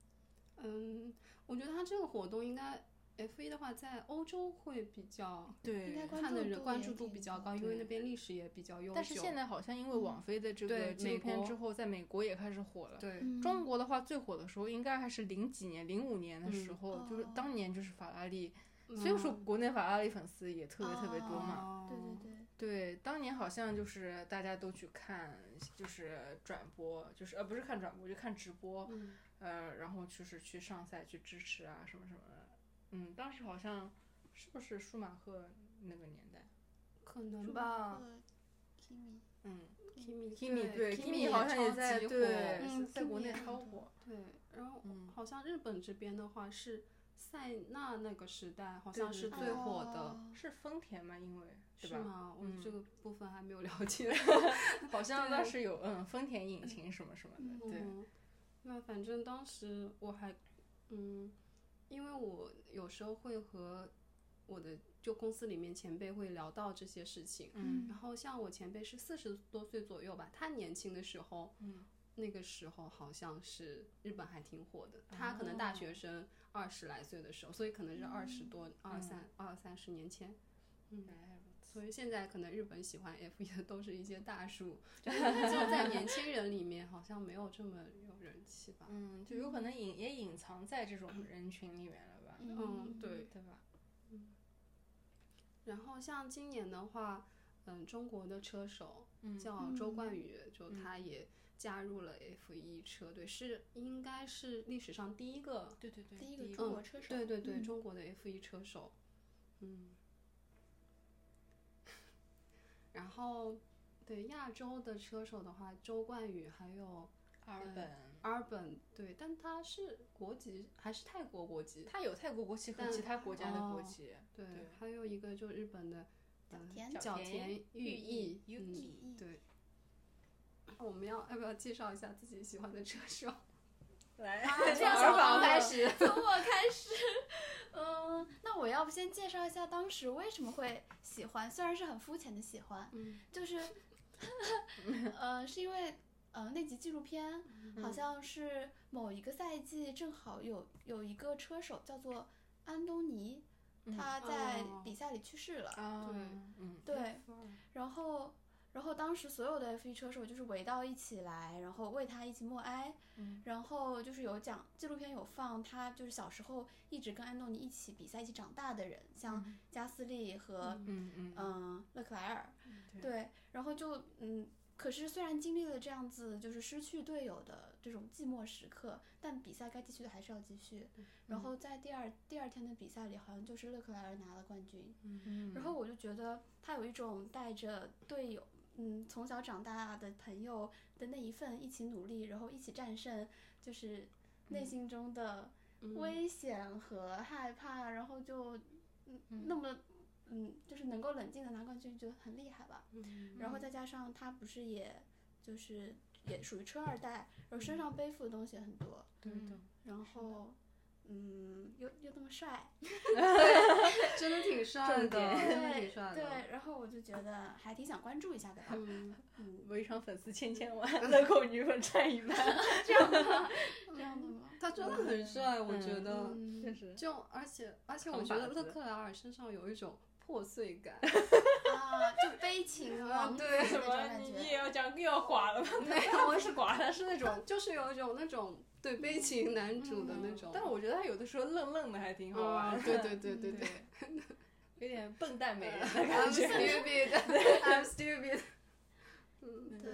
嗯，我觉得他这个活动应该 F 一的话，在欧洲会比较
应该
对
关
看的
注
人
度
关
也
注度
挺
比较
高
高，因为
对
那边历史也比较悠久。
但是现在好像因为网飞的这
对
个纪录
美
片
国
之后，在嗯美国也开始火了。
对，
嗯
中国的话，最火的时候应该还是零几年、零五年的时
嗯
候，就是
哦
当年就是法拉利，所以说国内法拉利粉丝也特别特别多
哦
嘛。
对对对，
对，当年好像就是大家都去看，就是转播，就是呃不是看转播，就看直播，
嗯
呃，然后就是去上赛去支持啊什么什么的。嗯，当时好像是不是舒马赫那个年代？
可能吧。
呃，Kimi，
嗯
Kimi
，Kimi 对
Kimi
Kimi 好像也
超
在
级火
对，
嗯
在国
Kimi
内
也很
超
多
火。
对，然后
嗯
好像日本这边的话是塞纳那个时代，好
对
像
对
是
对
最火的。
哦
是丰田吗？因为对
是
吧？
吗？我
嗯
这个部分还没有 [laughs] 了解。
[laughs] 好像
对
当时有嗯丰田引擎什么什么的，对，
嗯，那反正当时我还，嗯，因为我有时候会和我的就公司里面前辈会聊到这些事情。
嗯
然后像我前辈是四十多岁左右吧，他年轻的时候，
嗯，
那个时候好像是日本还挺火的。他可能
哦
大学生二十来岁的时候，所以可能是二十
嗯
多、二三、二三十年前。
哎
嗯，所以现在可能日本喜欢 F 1的都是一些大叔，就是就在年轻人里面好像没有这么有人气吧。
嗯，就有可能隐也隐藏在这种人群里面了吧？
嗯对
对吧？
然后像今年的话，嗯，中国的车手
嗯
叫周冠宇，就
嗯
他也加入了 F 1车队，是应该是历史上第一个，
对对对
第一个中国车手，
对对对，
嗯
中国的 F 1车手，嗯。 [laughs] 然后，对亚洲的车手的话，周冠宇还有
阿尔本，
阿尔本对，但他是国籍还是泰国国籍？
他有泰国国旗和
但
其他国家的国
哦
旗，
对，
对
还有一个就日本的，嗯、
田
角
田
田
裕
裕
毅
毅，
Yuki
嗯，对。我们要要不要介绍一下自己喜欢的车手？
来，
[laughs]
这样
从
从我开
始，
[laughs] 从我开始，嗯，那我要不先介绍一下当时为什么会喜欢，虽然是很肤浅的喜欢，
嗯
就是，呃，是因为呃那集纪录片好像是某一个赛季正好有有一个车手叫做安东尼，他在
哦
比赛里去世了，
啊，
对
嗯，
对，然后然后当时所有的 F 一车手就是围到一起来，然后为他一起默哀，
嗯
然后就是有讲纪录片有放他就是小时候一直跟安东尼一起比赛、一起长大的人，像
嗯
加斯利和
嗯
嗯嗯
嗯、勒克莱尔，
对
对，然后就嗯，可是虽然经历了这样子就是失去队友的这种寂寞时刻，但比赛该继续的还是要继续。
嗯
然后在第二第二天的比赛里，好像就是勒克莱尔拿了冠军，
嗯
然后我就觉得他有一种带着队友，嗯，从小长大的朋友的那一份一起努力，然后一起战胜，
嗯
就是内心中的危险和害怕，然后就嗯那么嗯，就是能够冷静的拿冠军，觉得很厉害吧。
嗯
嗯
然后再加上他不是也就是也属于车二代，然后身上背负的东西也很多，
对的，
然后嗯，又又那么
[laughs]
帅，
真的挺帅的，
重点
真的
对
挺帅的。
对，然后我就觉得还挺想关注一下的吧。
[laughs] 嗯，
嗯，
围场粉丝千千万，乐扣女粉占一半，
这样的，这样的吗？
他真的很帅，我觉得。
嗯，
实
就而且而且，我
扛
觉
把
得
子
勒克莱尔身上有一种破碎感。 [laughs]
啊，就悲情王子
对
那
什
种
么
感
你
觉
你也。要讲又要垮了吗？
没有，我是寡的，是那种就是有一种那种对悲情男主的那种。
嗯 [laughs] 但我觉得他有的时候愣愣的还挺好玩
啊，
的，
对对对对 [laughs]
对
对。，
有点笨蛋美人的感
[laughs] I'm
觉。
stupid, I'm stupid。嗯，
对，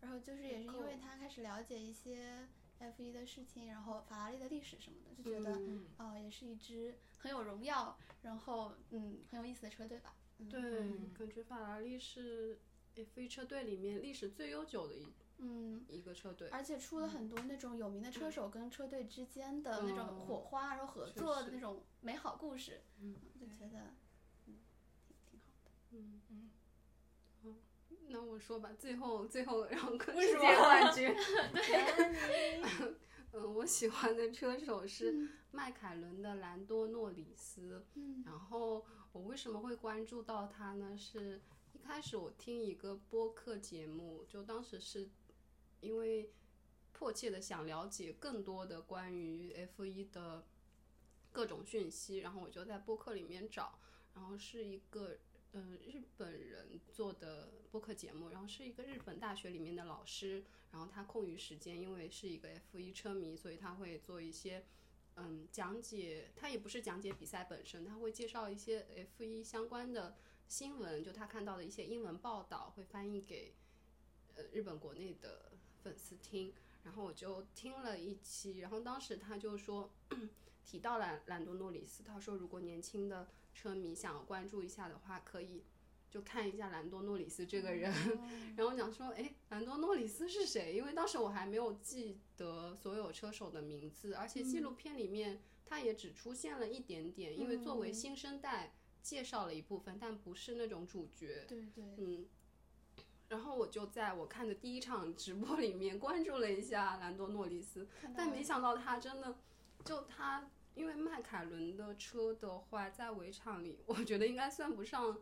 然后就是也是因为
够
他开始了解一些 F 一的事情，然后法拉利的历史什么的，就觉
[laughs]
得
嗯
哦，也是一支很有荣耀，然后嗯，很有意思的车队吧。嗯
对，
嗯
感觉法拉利是 F1 车队里面历史最悠久的一
嗯，
一个车队。
而且出了很多那种有名的车手跟车队之间的那种
嗯
火花，然后合
确
作的
实
那种美好故事，
嗯
就觉得嗯挺挺好的。
嗯
嗯
好，那我说吧，最后最后让世
为
界
什
[laughs]
么
冠军。嗯，我喜欢的车手是
嗯
迈凯伦的兰多诺里斯。
嗯
然后我为什么会关注到他呢？是一开始我听一个播客节目，就当时是因为迫切的想了解更多的关于 F 一的各种讯息，然后我就在播客里面找，然后是一个嗯、呃日本人做的播客节目，然后是一个日本大学里面的老师，然后他空余时间，因为是一个 F 一车迷，所以他会做一些嗯讲解，他也不是讲解比赛本身，他会介绍一些呃 F 一相关的新闻，就他看到的一些英文报道，会翻译给呃日本国内的粉丝听。然后我就听了一期，然后当时他就说提到兰兰多诺里斯，他说如果年轻的车迷想要关注一下的话，可以就看一下兰多诺里斯这个人。 [laughs] 然后我想说，哎，兰多诺里斯是谁？因为当时我还没有记得所有车手的名字，而且纪录片里面他也只出现了一点点，因为作为
嗯
新生代介绍了一部分，但不是那种主角。
对对，
嗯，然后我就在我看的第一场直播里面关注了一下兰多诺里斯，
看到
但
了
没想到他真的，就他，因为迈凯伦的车的话，在围场里，我觉得应该算不上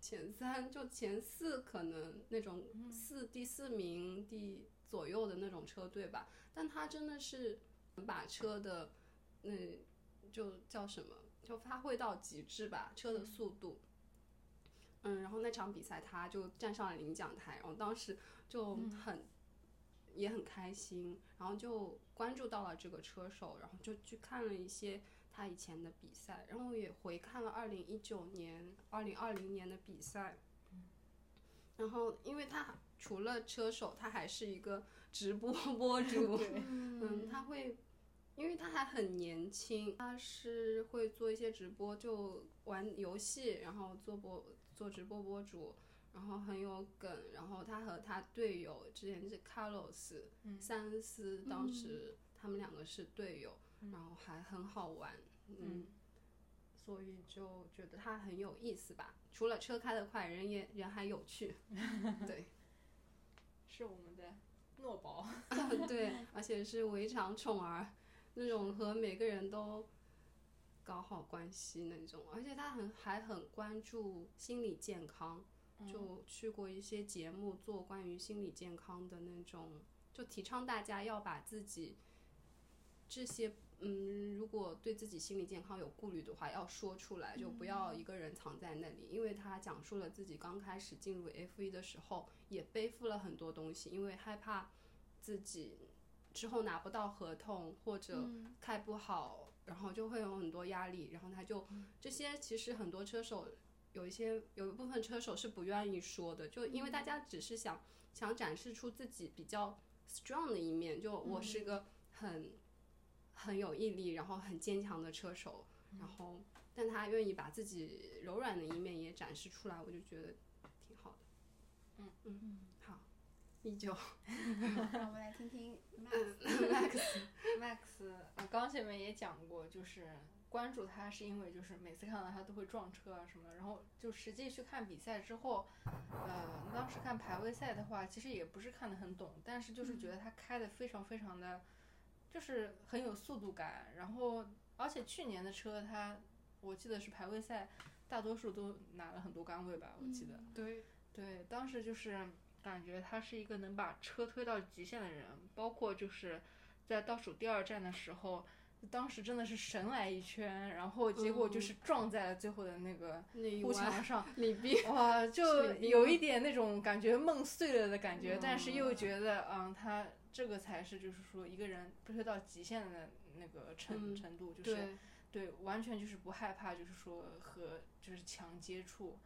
前三，就前四可能那种
嗯
四、第四名第左右的那种车队吧。但他真的是把车的，嗯，就叫什么，就发挥到极致吧，车的速度。嗯，然后那场比赛他就站上了领奖台，然后当时就
嗯
很也很开心，然后就关注到了这个车手，然后就去看了一些他以前的比赛，然后也回看了二零一九年、二零二零年的比赛。然后，因为他除了车手，他还是一个直播 [laughs] 播主， [laughs] 嗯，他会，因为他还很年轻，他是会做一些直播，就玩游戏，然后做播做直播博主，然后很有梗，然后他和他队友之前是 Carlos，三思，当时他们两个是队友，然后还很好玩，嗯，所以就觉得他很有意思吧。除了车开得快，人也人还有趣， [laughs] 对
是我们的诺宝，
[laughs]
对，而且是围场宠儿，那种和每个人都搞好关系那种，而且他很还很关注心理健康，就去过一些节目做关于心理健康的那种，就提倡大家要把自己这些
嗯，如果对自己心理健康有顾虑的话，要说出来，就不要一个人藏在那里。因为他讲述了自己刚开始进入 F 一的时候，也背负了很多东西，因为害怕自己之后拿不到合同或者
嗯
开不好，然后就会有很多压力。然后他就这些，其实很多车手有一些有一部分车手是不愿意说的，就因为大家只是想想展示出自己比较 strong 的一面，就我是一个很、很有毅力，然后很坚强的车手，然后但他愿意把自己柔软的一面也展示出来，我就觉得挺好的。嗯嗯，好，依旧
让我们来听听 Max
Max，
Max，我刚前面也讲过，就是关注他是因为就是每次看到他都会撞车啊什么的，然后就实际去看比赛之后，呃，当时看排位赛的话，其实也不是看得很懂，但是就是觉得他开的非常非常的，就是很有速度感，然后而且去年的车他我记得是排位赛大多数都拿了很多杆位吧，我记得，
嗯
对，
对，当时就是感觉他是一个能把车推到极限的人，包括就是在倒数第二站的时候，当时真的是神来一圈，然后结果就
嗯
是撞在了最后的那个
那一
护
弯
墙上，
[laughs] 李斌，
哇，就
水兵
有
吗
一点那种感觉梦碎了的感觉，但是又
嗯
觉得，嗯，他这个才是就是说一个人推到极限的那个程
嗯
程度，就是
对，
对，完全就是不害怕，就是说和就是强接触。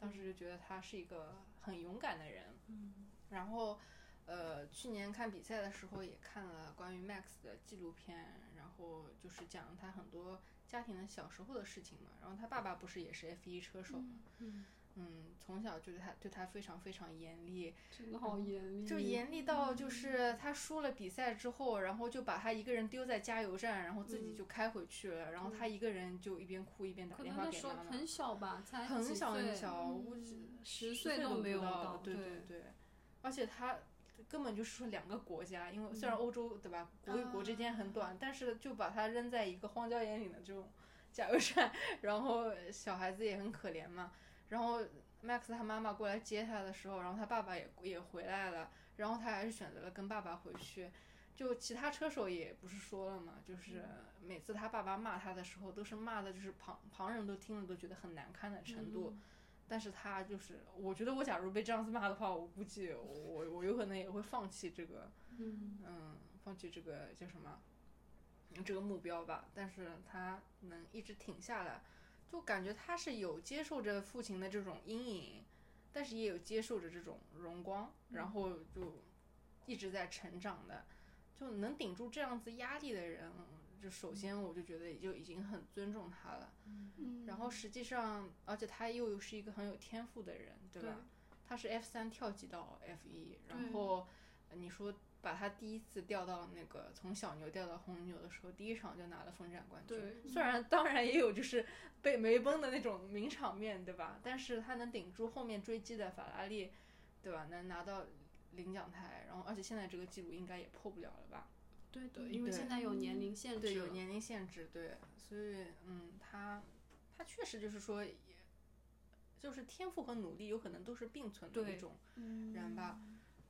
当时就觉得他是一个很勇敢的人。
嗯
然后，呃，去年看比赛的时候也看了关于 Max 的纪录片，然后就是讲他很多家庭的小时候的事情嘛。然后他爸爸不是也是 F1 车手嘛，
嗯，
嗯，从小就是他对他非常非常严厉，
真的好严厉，
嗯就严厉到
嗯
就是他输了比赛之后，然后就把他一个人丢在加油站，然后自己
嗯
就开回去了，然后他一个人就一边哭一边打
可
电
能
话
那
给
时
妈
候
妈，
很小吧，才
很
几
小很
岁
小，我
嗯
只
十
岁
岁都
不
没有
到，
到
对
对
对，而且他根本就是说两个国家，因为虽然
嗯
欧洲对吧，国与国之间很短，但是就把他扔在一个荒郊野岭的这种加油站，然后小孩子也很可怜嘛，然后 Max 他妈妈过来接他的时候，然后他爸爸也也回来了，然后他还是选择了跟爸爸回去。就其他车手也不是说了嘛，就是
嗯
每次他爸爸骂他的时候，都是骂的，就是旁旁人都听了都觉得很难堪的程
嗯
度。但是他就是，我觉得我假如被这样子骂的话，我估计我我我有可能也会放弃这个，
嗯，
嗯，放弃这个叫什么，嗯这个目标吧。但是他能一直挺下来，就感觉他是有接受着父亲的这种阴影，但是也有接受着这种荣光，然后就一直在成长的，就能顶住这样子压力的人，就首先我就觉得就已经很尊重他了。
嗯
然后实际上，而且他又是一个很有天赋的人，对吧？他是 F 三跳级到 F 一，然
对
后呃你说把他第一次调到那个从小牛调到红牛的时候，第一场就拿了分站冠军。
对
虽然当然也有就是被梅崩的那种名场面，对吧？但是他能顶住后面追击的法拉利，对吧？能拿到领奖台，然后而且现在这个记录应该也破不了了吧？
对的，因
嗯
为
对
现在有年龄限
对，
制
有
了，
年龄限制，对，所以嗯，他他确实就是说也，就是天赋和努力有可能都是并存的一
对
种，
然
人吧，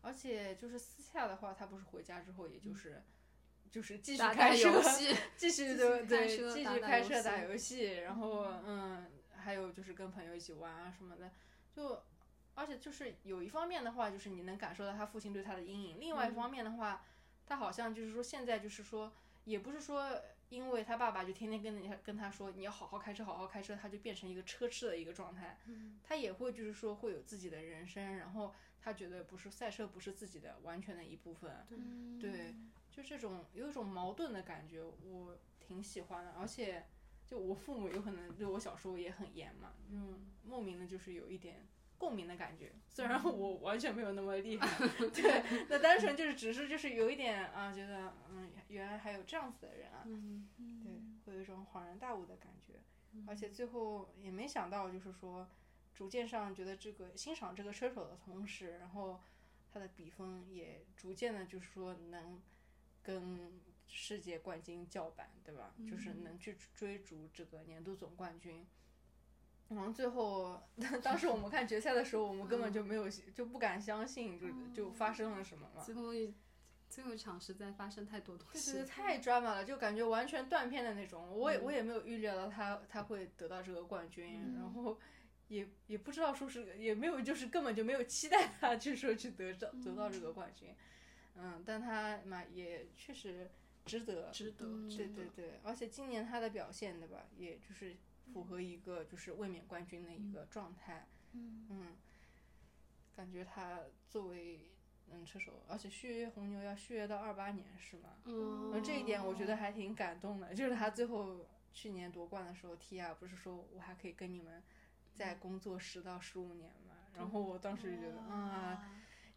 而且就是私下的话，他不是回家之后，也就是、就是继续
嗯打
开
打
车
游，
[laughs]
戏，
继续
续
对
开
对，
车
继
打
续
打
开
游
车打
戏
游戏，然后嗯，还有就是跟朋友一起玩啊什么的，就而且就是有一方面的话，就是你能感受到他父亲对他的阴影；，另外一
嗯
方面的话，他好像就是说现在就是说，也不是说因为他爸爸就天天跟你跟他说你要好好开车，好好开车，他就变成一个车痴的一个状态，
嗯
他也会就是说会有自己的人生，然后他觉得不是赛车不是自己的完全的一部分，对，就这种有一种矛盾的感觉，我挺喜欢的。而且，就我父母有可能对我小时候也很严嘛，嗯，莫名的就是有一点共鸣的感觉。虽然我完全没有那么厉害， [laughs] 对，那单纯就是只是就是有一点啊，觉得嗯，原来还有这样子的人啊，
嗯，
对，会有一种恍然大悟的感觉。而
嗯
且最后也没想到，就是说，逐渐上觉得这个欣赏这个车手的同时，然后他的比分也逐渐的，就是说能跟世界冠军叫板，对吧？就是能去追逐这个年度总冠军。然后最后，当时我们看决赛的时候，我们根本就没有就不敢相信，就就发生了什么嘛。
最后一
这个场实在发生太多东
对
西
对对，
了，
太 drama 了，就感觉完全断片的那种。我也我也没有预料到他他会得到这个冠军，
嗯
然后也也不知道说是也没有就是根本就没有期待他去说去得到得到这个冠军，嗯，但他嘛也确实值得，
值得，
嗯
值
对
得
对对，而且今年他的表现对吧，也就是符合一个就是卫冕冠军的一个状态，
嗯
嗯，感觉他作为嗯车手，而且续约红牛要续约到二八年是吗？
嗯，
然后这一点我觉得还挺感动的，就是他最后去年夺冠的时候，T R 不是说我还可以跟你们再工作十到十五年嘛，然后我当时就觉得啊，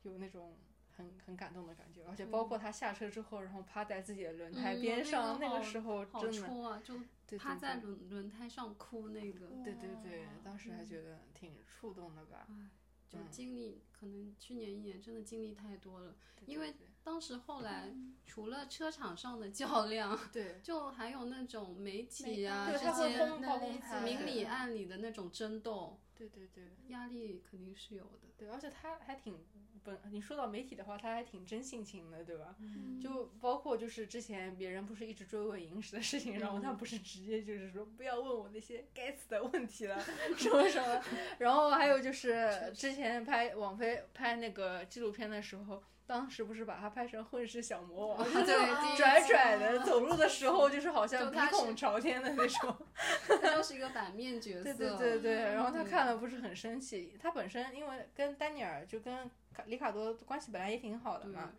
有那种。很很感动的感觉，而且包括他下车之后，然后趴在自己的轮胎
嗯
边
那个
上，那
好
时候
好
真的，
戳啊，就
对对
趴在
对
轮轮胎上哭那个，
对对对
哇，
当时还
嗯
觉得挺触动的吧，
唉，就
嗯
经历可能去年一年真的经历太多了。
对
因为当时后来
嗯
除了车场上的较量，
对
就还有那种媒体啊
对
之
他会
间
轰爆轰他，
明里
对
暗里的那种争斗，
对对对
压力肯定是有
[laughs]
的。
对，而且他还挺本，你说到媒体的话，他还挺真性情的，对吧？
嗯
就包括就是之前别人不是一直追问银石的事情，然后他
嗯
不是直接就是说不要问我那些该死的问题了，什么什么。然后还有
[laughs]
就是之前拍网飞拍那个纪录片的时候，当时不是把他拍成混世小魔王，
啊对，
[laughs]
第一
拽
次啊
拽的走路的时候就是好像
就
鼻
他是
孔朝天的那种。
他就是一个反面角
对
色，
对对对，然后他
嗯
看了不是很生气，他本身因为跟丹尼尔就跟卡里卡多关系本来也挺好的
对
嘛，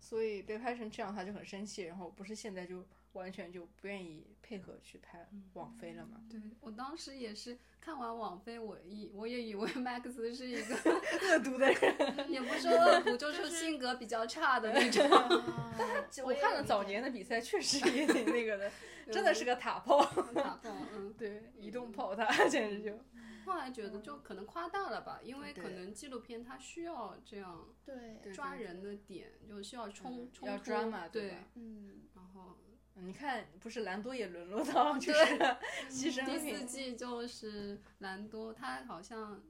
所以被拍成这样他就很生气，然后不是现在就完全就不愿意配合去拍网飞了嘛，
对我当时也是看完网飞，我以我也以为 Max 是一个
[laughs] 恶毒的人。
也不是恶毒，就是性格比较差的那
[laughs]
种。
啊
[laughs] 我看了早年的比赛，确实也挺那个的， [laughs] 真的是个塔炮，
打炮，嗯。
对， [laughs] 移动炮他简直就，
后来觉得就可能夸大了吧，因为
对
可能纪录片它需要这样
对，
对
抓人的点，就需要冲
嗯
冲
要
突
drama，对
对
吧
嗯，
然后
你看不是兰多也沦落到就是 [laughs] 牺牲
第
品
四季就是兰多，他好像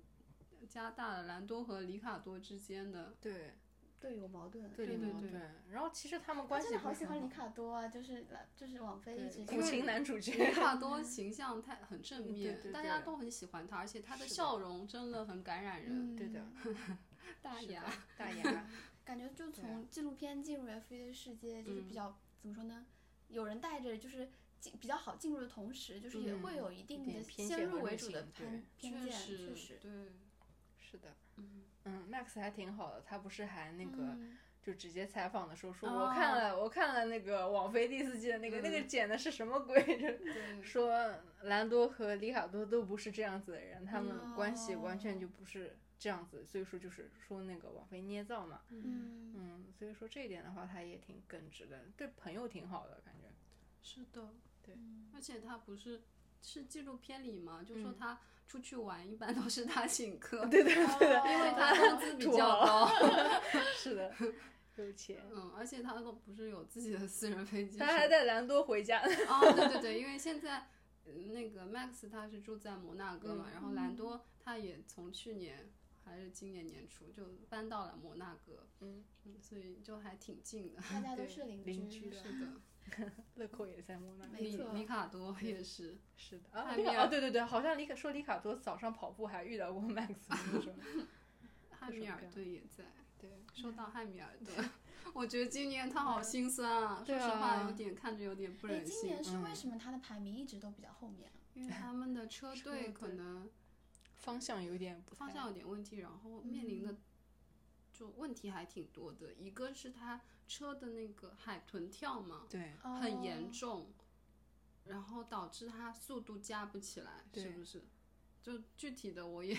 加大了兰多和里卡多之间
[laughs]
的，
对
对，有矛盾。
对
对
对
对
对
对，
然后其实他们
我
关系
真的
不
好
是
喜
很
欢里卡多啊，就是就是网飞一直
苦情男主
里
角，
卡多形象太很正
嗯对
面
对，
大
对
家都很喜欢他，而且他的
是的
笑容真的很感染人，
对的，
大
是
[laughs] 牙
的，大
[laughs]
牙，
感觉就
啊
从纪录片进入 F1 的世界，就是比
嗯
较、怎么说呢？有人带着，就是进比较好进入的同时，就是也会
嗯
有一定
点
的
偏
先
见
入
和
为
滤
主的
镜对
偏偏见，
实
确实。
对，
是的， [laughs]
嗯，
嗯，Max 还挺好的，他不是还那个
嗯
就直接采访的时候说，
哦
我看了我看了那个网飞第四季的那个那个
嗯
剪的是什么鬼？就
对，
说兰多和里卡多都不是这样子的人，他们
嗯
关系完全就不是这样子，所以说就是说那个网飞捏造嘛，
嗯，
嗯，
嗯，所以说这一点的话，他也挺耿直的，对朋友挺好的感觉，
是的，
嗯
而且他不是是纪录片里嘛，就说
嗯
他出去玩一般都是他请客，
对对对的，
因
[laughs]
为
他工 [laughs] 资
[laughs]
比较高，
是的，有钱。
嗯，而且他都不是有自己的私人飞机，
他还带兰多回家，
是吧哦，对对对，因为现在呃那个 Max 他是住在摩纳哥嘛，
嗯
然后兰多他也从去年还是今年年初就搬到了摩纳哥，
嗯
嗯，所以就还挺近的，
大家都
对
是邻
邻
居
居
是的，
乐扣也在摩纳哥。
没
里
错
里卡多也是，
是的啊，
海
里卡
绵
哦，对对对，好像里卡说里卡多早上跑步还遇到过 [laughs] Max 那种，
汉密尔顿也在。
对，
说到汉密尔顿，我觉得今年他好心酸啊！
对
说
啊
实话，有点看着有点不
哎，
忍
今
心
年，是为
嗯
什么他的排名一直都比较后面啊？
因为他们的车
车
队
队
可能
方向有点不太
方向有点问题，然后面临
嗯
的就问题还挺多的。一个是他车的那个海豚跳嘛，
对
哦
[laughs] 很严重，然后导致他速度加不起来，
对
是不是？就具体的我也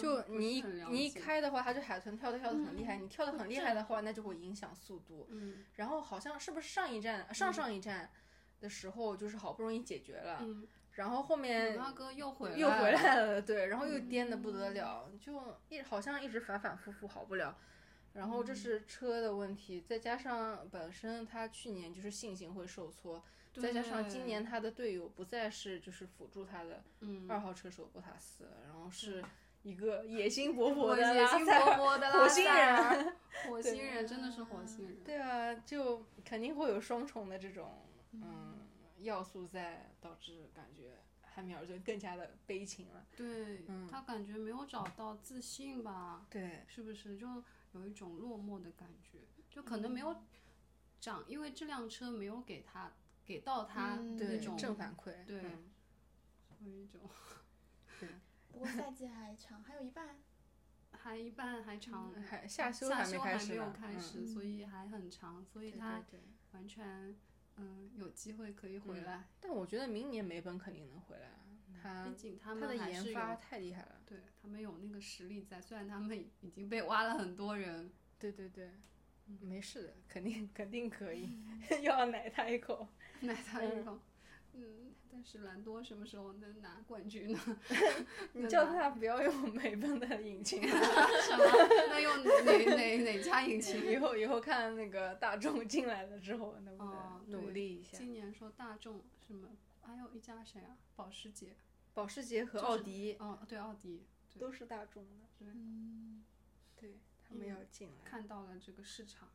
就
不是
你一
很了
你一
解
开的话，它就海豚跳的跳的很厉害，你跳的很厉害的话，那就会影响速度。
嗯
然后好像是不是上一站上上一站的时候，就是好不容易解决了，
[laughs] 嗯，
然后后面
五阿哥又回
嗯又
来了，
回
嗯
来了，对，然后又颠的不得了，就一好像一直反反复复好不了。然后
嗯
这是车的问题，再加上本身他去年就是信心会受挫，再加上今
对
年他的队友不再是就是辅助他的
嗯
二号车手博塔斯，然后是一个野心勃勃
[laughs] 我
的
野
拉
心
塞
勃
尔
勃的
火
拉
星
塞 [laughs] 尔，
人，
火星人真的是火星人。
对啊，就肯定会有双重的这种嗯要素在，导致感觉汉密尔顿更加的悲情了。
对
嗯
他感觉没有找到自信吧？
对，
是不是就有一种落寞的感觉？就可能没
嗯
有长，因为这辆车没有给他给到他
嗯
那
对，
种
正反馈，
对
嗯
有一种
不过赛季还长，还有一半。
还一半还长，
嗯还下修
嗯下
还
修
没
还
开始
没有
呢，
开始，
嗯
所以还很长，所
嗯，
以
对
他
对对。
完全嗯有机会可以回
嗯
来，
但我觉得明年梅本肯定能回来，啊
嗯
他
毕竟他
嗯他
们
的
还是
研
有嗯
发太厉害了。
对他们有那个实力在，虽然他们已经被挖了很多人， [laughs]
对对对，
嗯
没事的，肯定肯定可以， [laughs] 要奶他一
[laughs]
口。
奶他一口。嗯，但是兰多什么时候能拿冠军呢？
你
真
叫
的
他不要用梅奔的
[laughs]
引擎，
什么？那用哪哪哪家引擎？
以后以后看那个大众 [laughs] 进来了之后，能不
哦对
能努力一下？
今年说大众什么，还有一家谁啊？保时捷。
保时捷和
就
奥
是
迪
哦，对，奥迪。对
都是大众的，
嗯，
对他们
嗯
要进来，
看到了这个市场。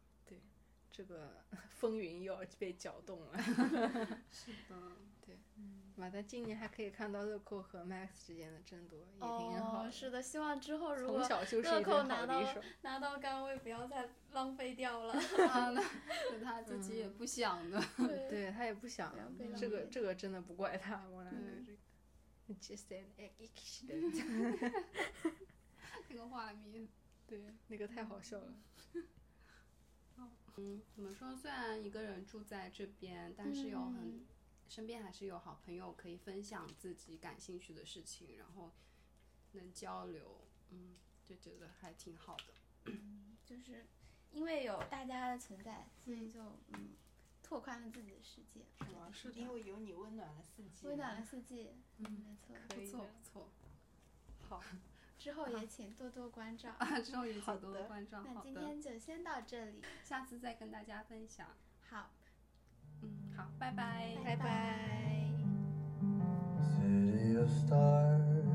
这个 [laughs] 风云又要被搅动了。
是 [laughs] 的，
哇，但今年还可以看到乐扣和 Max 之间的争夺，也挺好
哦，是的，希望之后如
从
果
小就是
乐
一对
扣
好
拿到
敌手。
拿到杆位，不要再浪费掉了。
他呢，就啊他自己也不想的。
对，
对他也不想
不要被，浪
这个
费
这个真的不怪他，我来
嗯
这个。Just an accident，
那个画面，
对，那个太好笑了。
嗯，怎么说？虽然一个人住在这边，但是有很、
嗯
身边还是有好朋友可以分享自己感兴趣的事情，然后能交流，嗯，就觉得还挺好的。
就是因为有大家的存在，所以就嗯，拓宽了自己的世界，
是的
因为有你温暖了四季，
温暖了四季。
嗯
没错。
可
不
以
错
的
不错， [laughs]
之后也请多多
[laughs]
关照。
啊，之后也请多多
的
关照。
那
好
今
的，
天就先到这里，
下次再跟大家分享。
好，
嗯，好，拜拜。
拜拜
City of stars,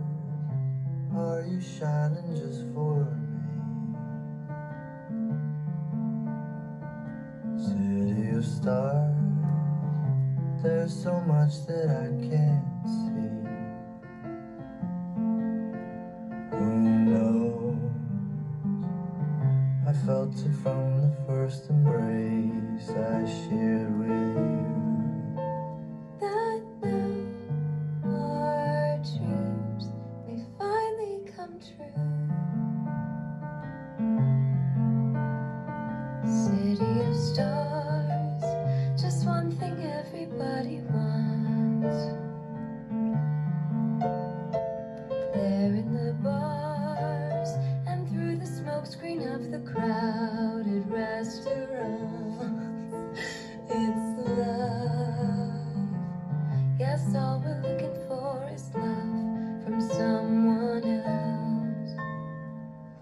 are you shining just for me? City of stars, there's so much that I can't see. Who knows? I felt it from the first embrace I shared with you.
that now our dreams may finally come true. City of stars, just one thing everybody wants. There in the bars and through the smokescreen of the crowded restaurants. It's love. Yes, all we're looking for is love from someone else.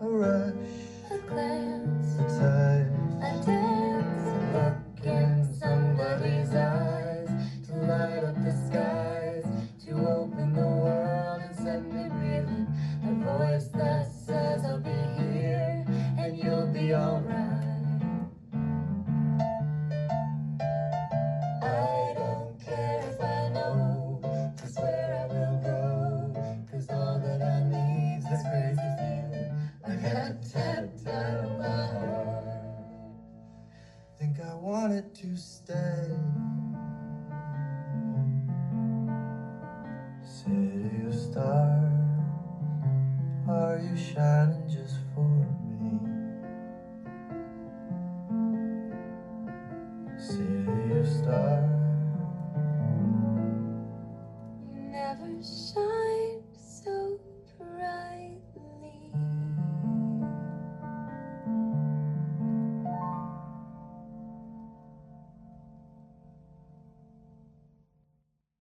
A rush,
A glance,
a touch,
a dance, a look in somebody's eyes
to light up the skies, to open the world and send it reeling. A voice that says, I'll be here and you'll be alright. I don't care if I know just where I will go, cause all that I need is this crazy feeling. I got tapped out of my heart. Think I wanted to stay. City of stars, are you shining just for me? City of stars,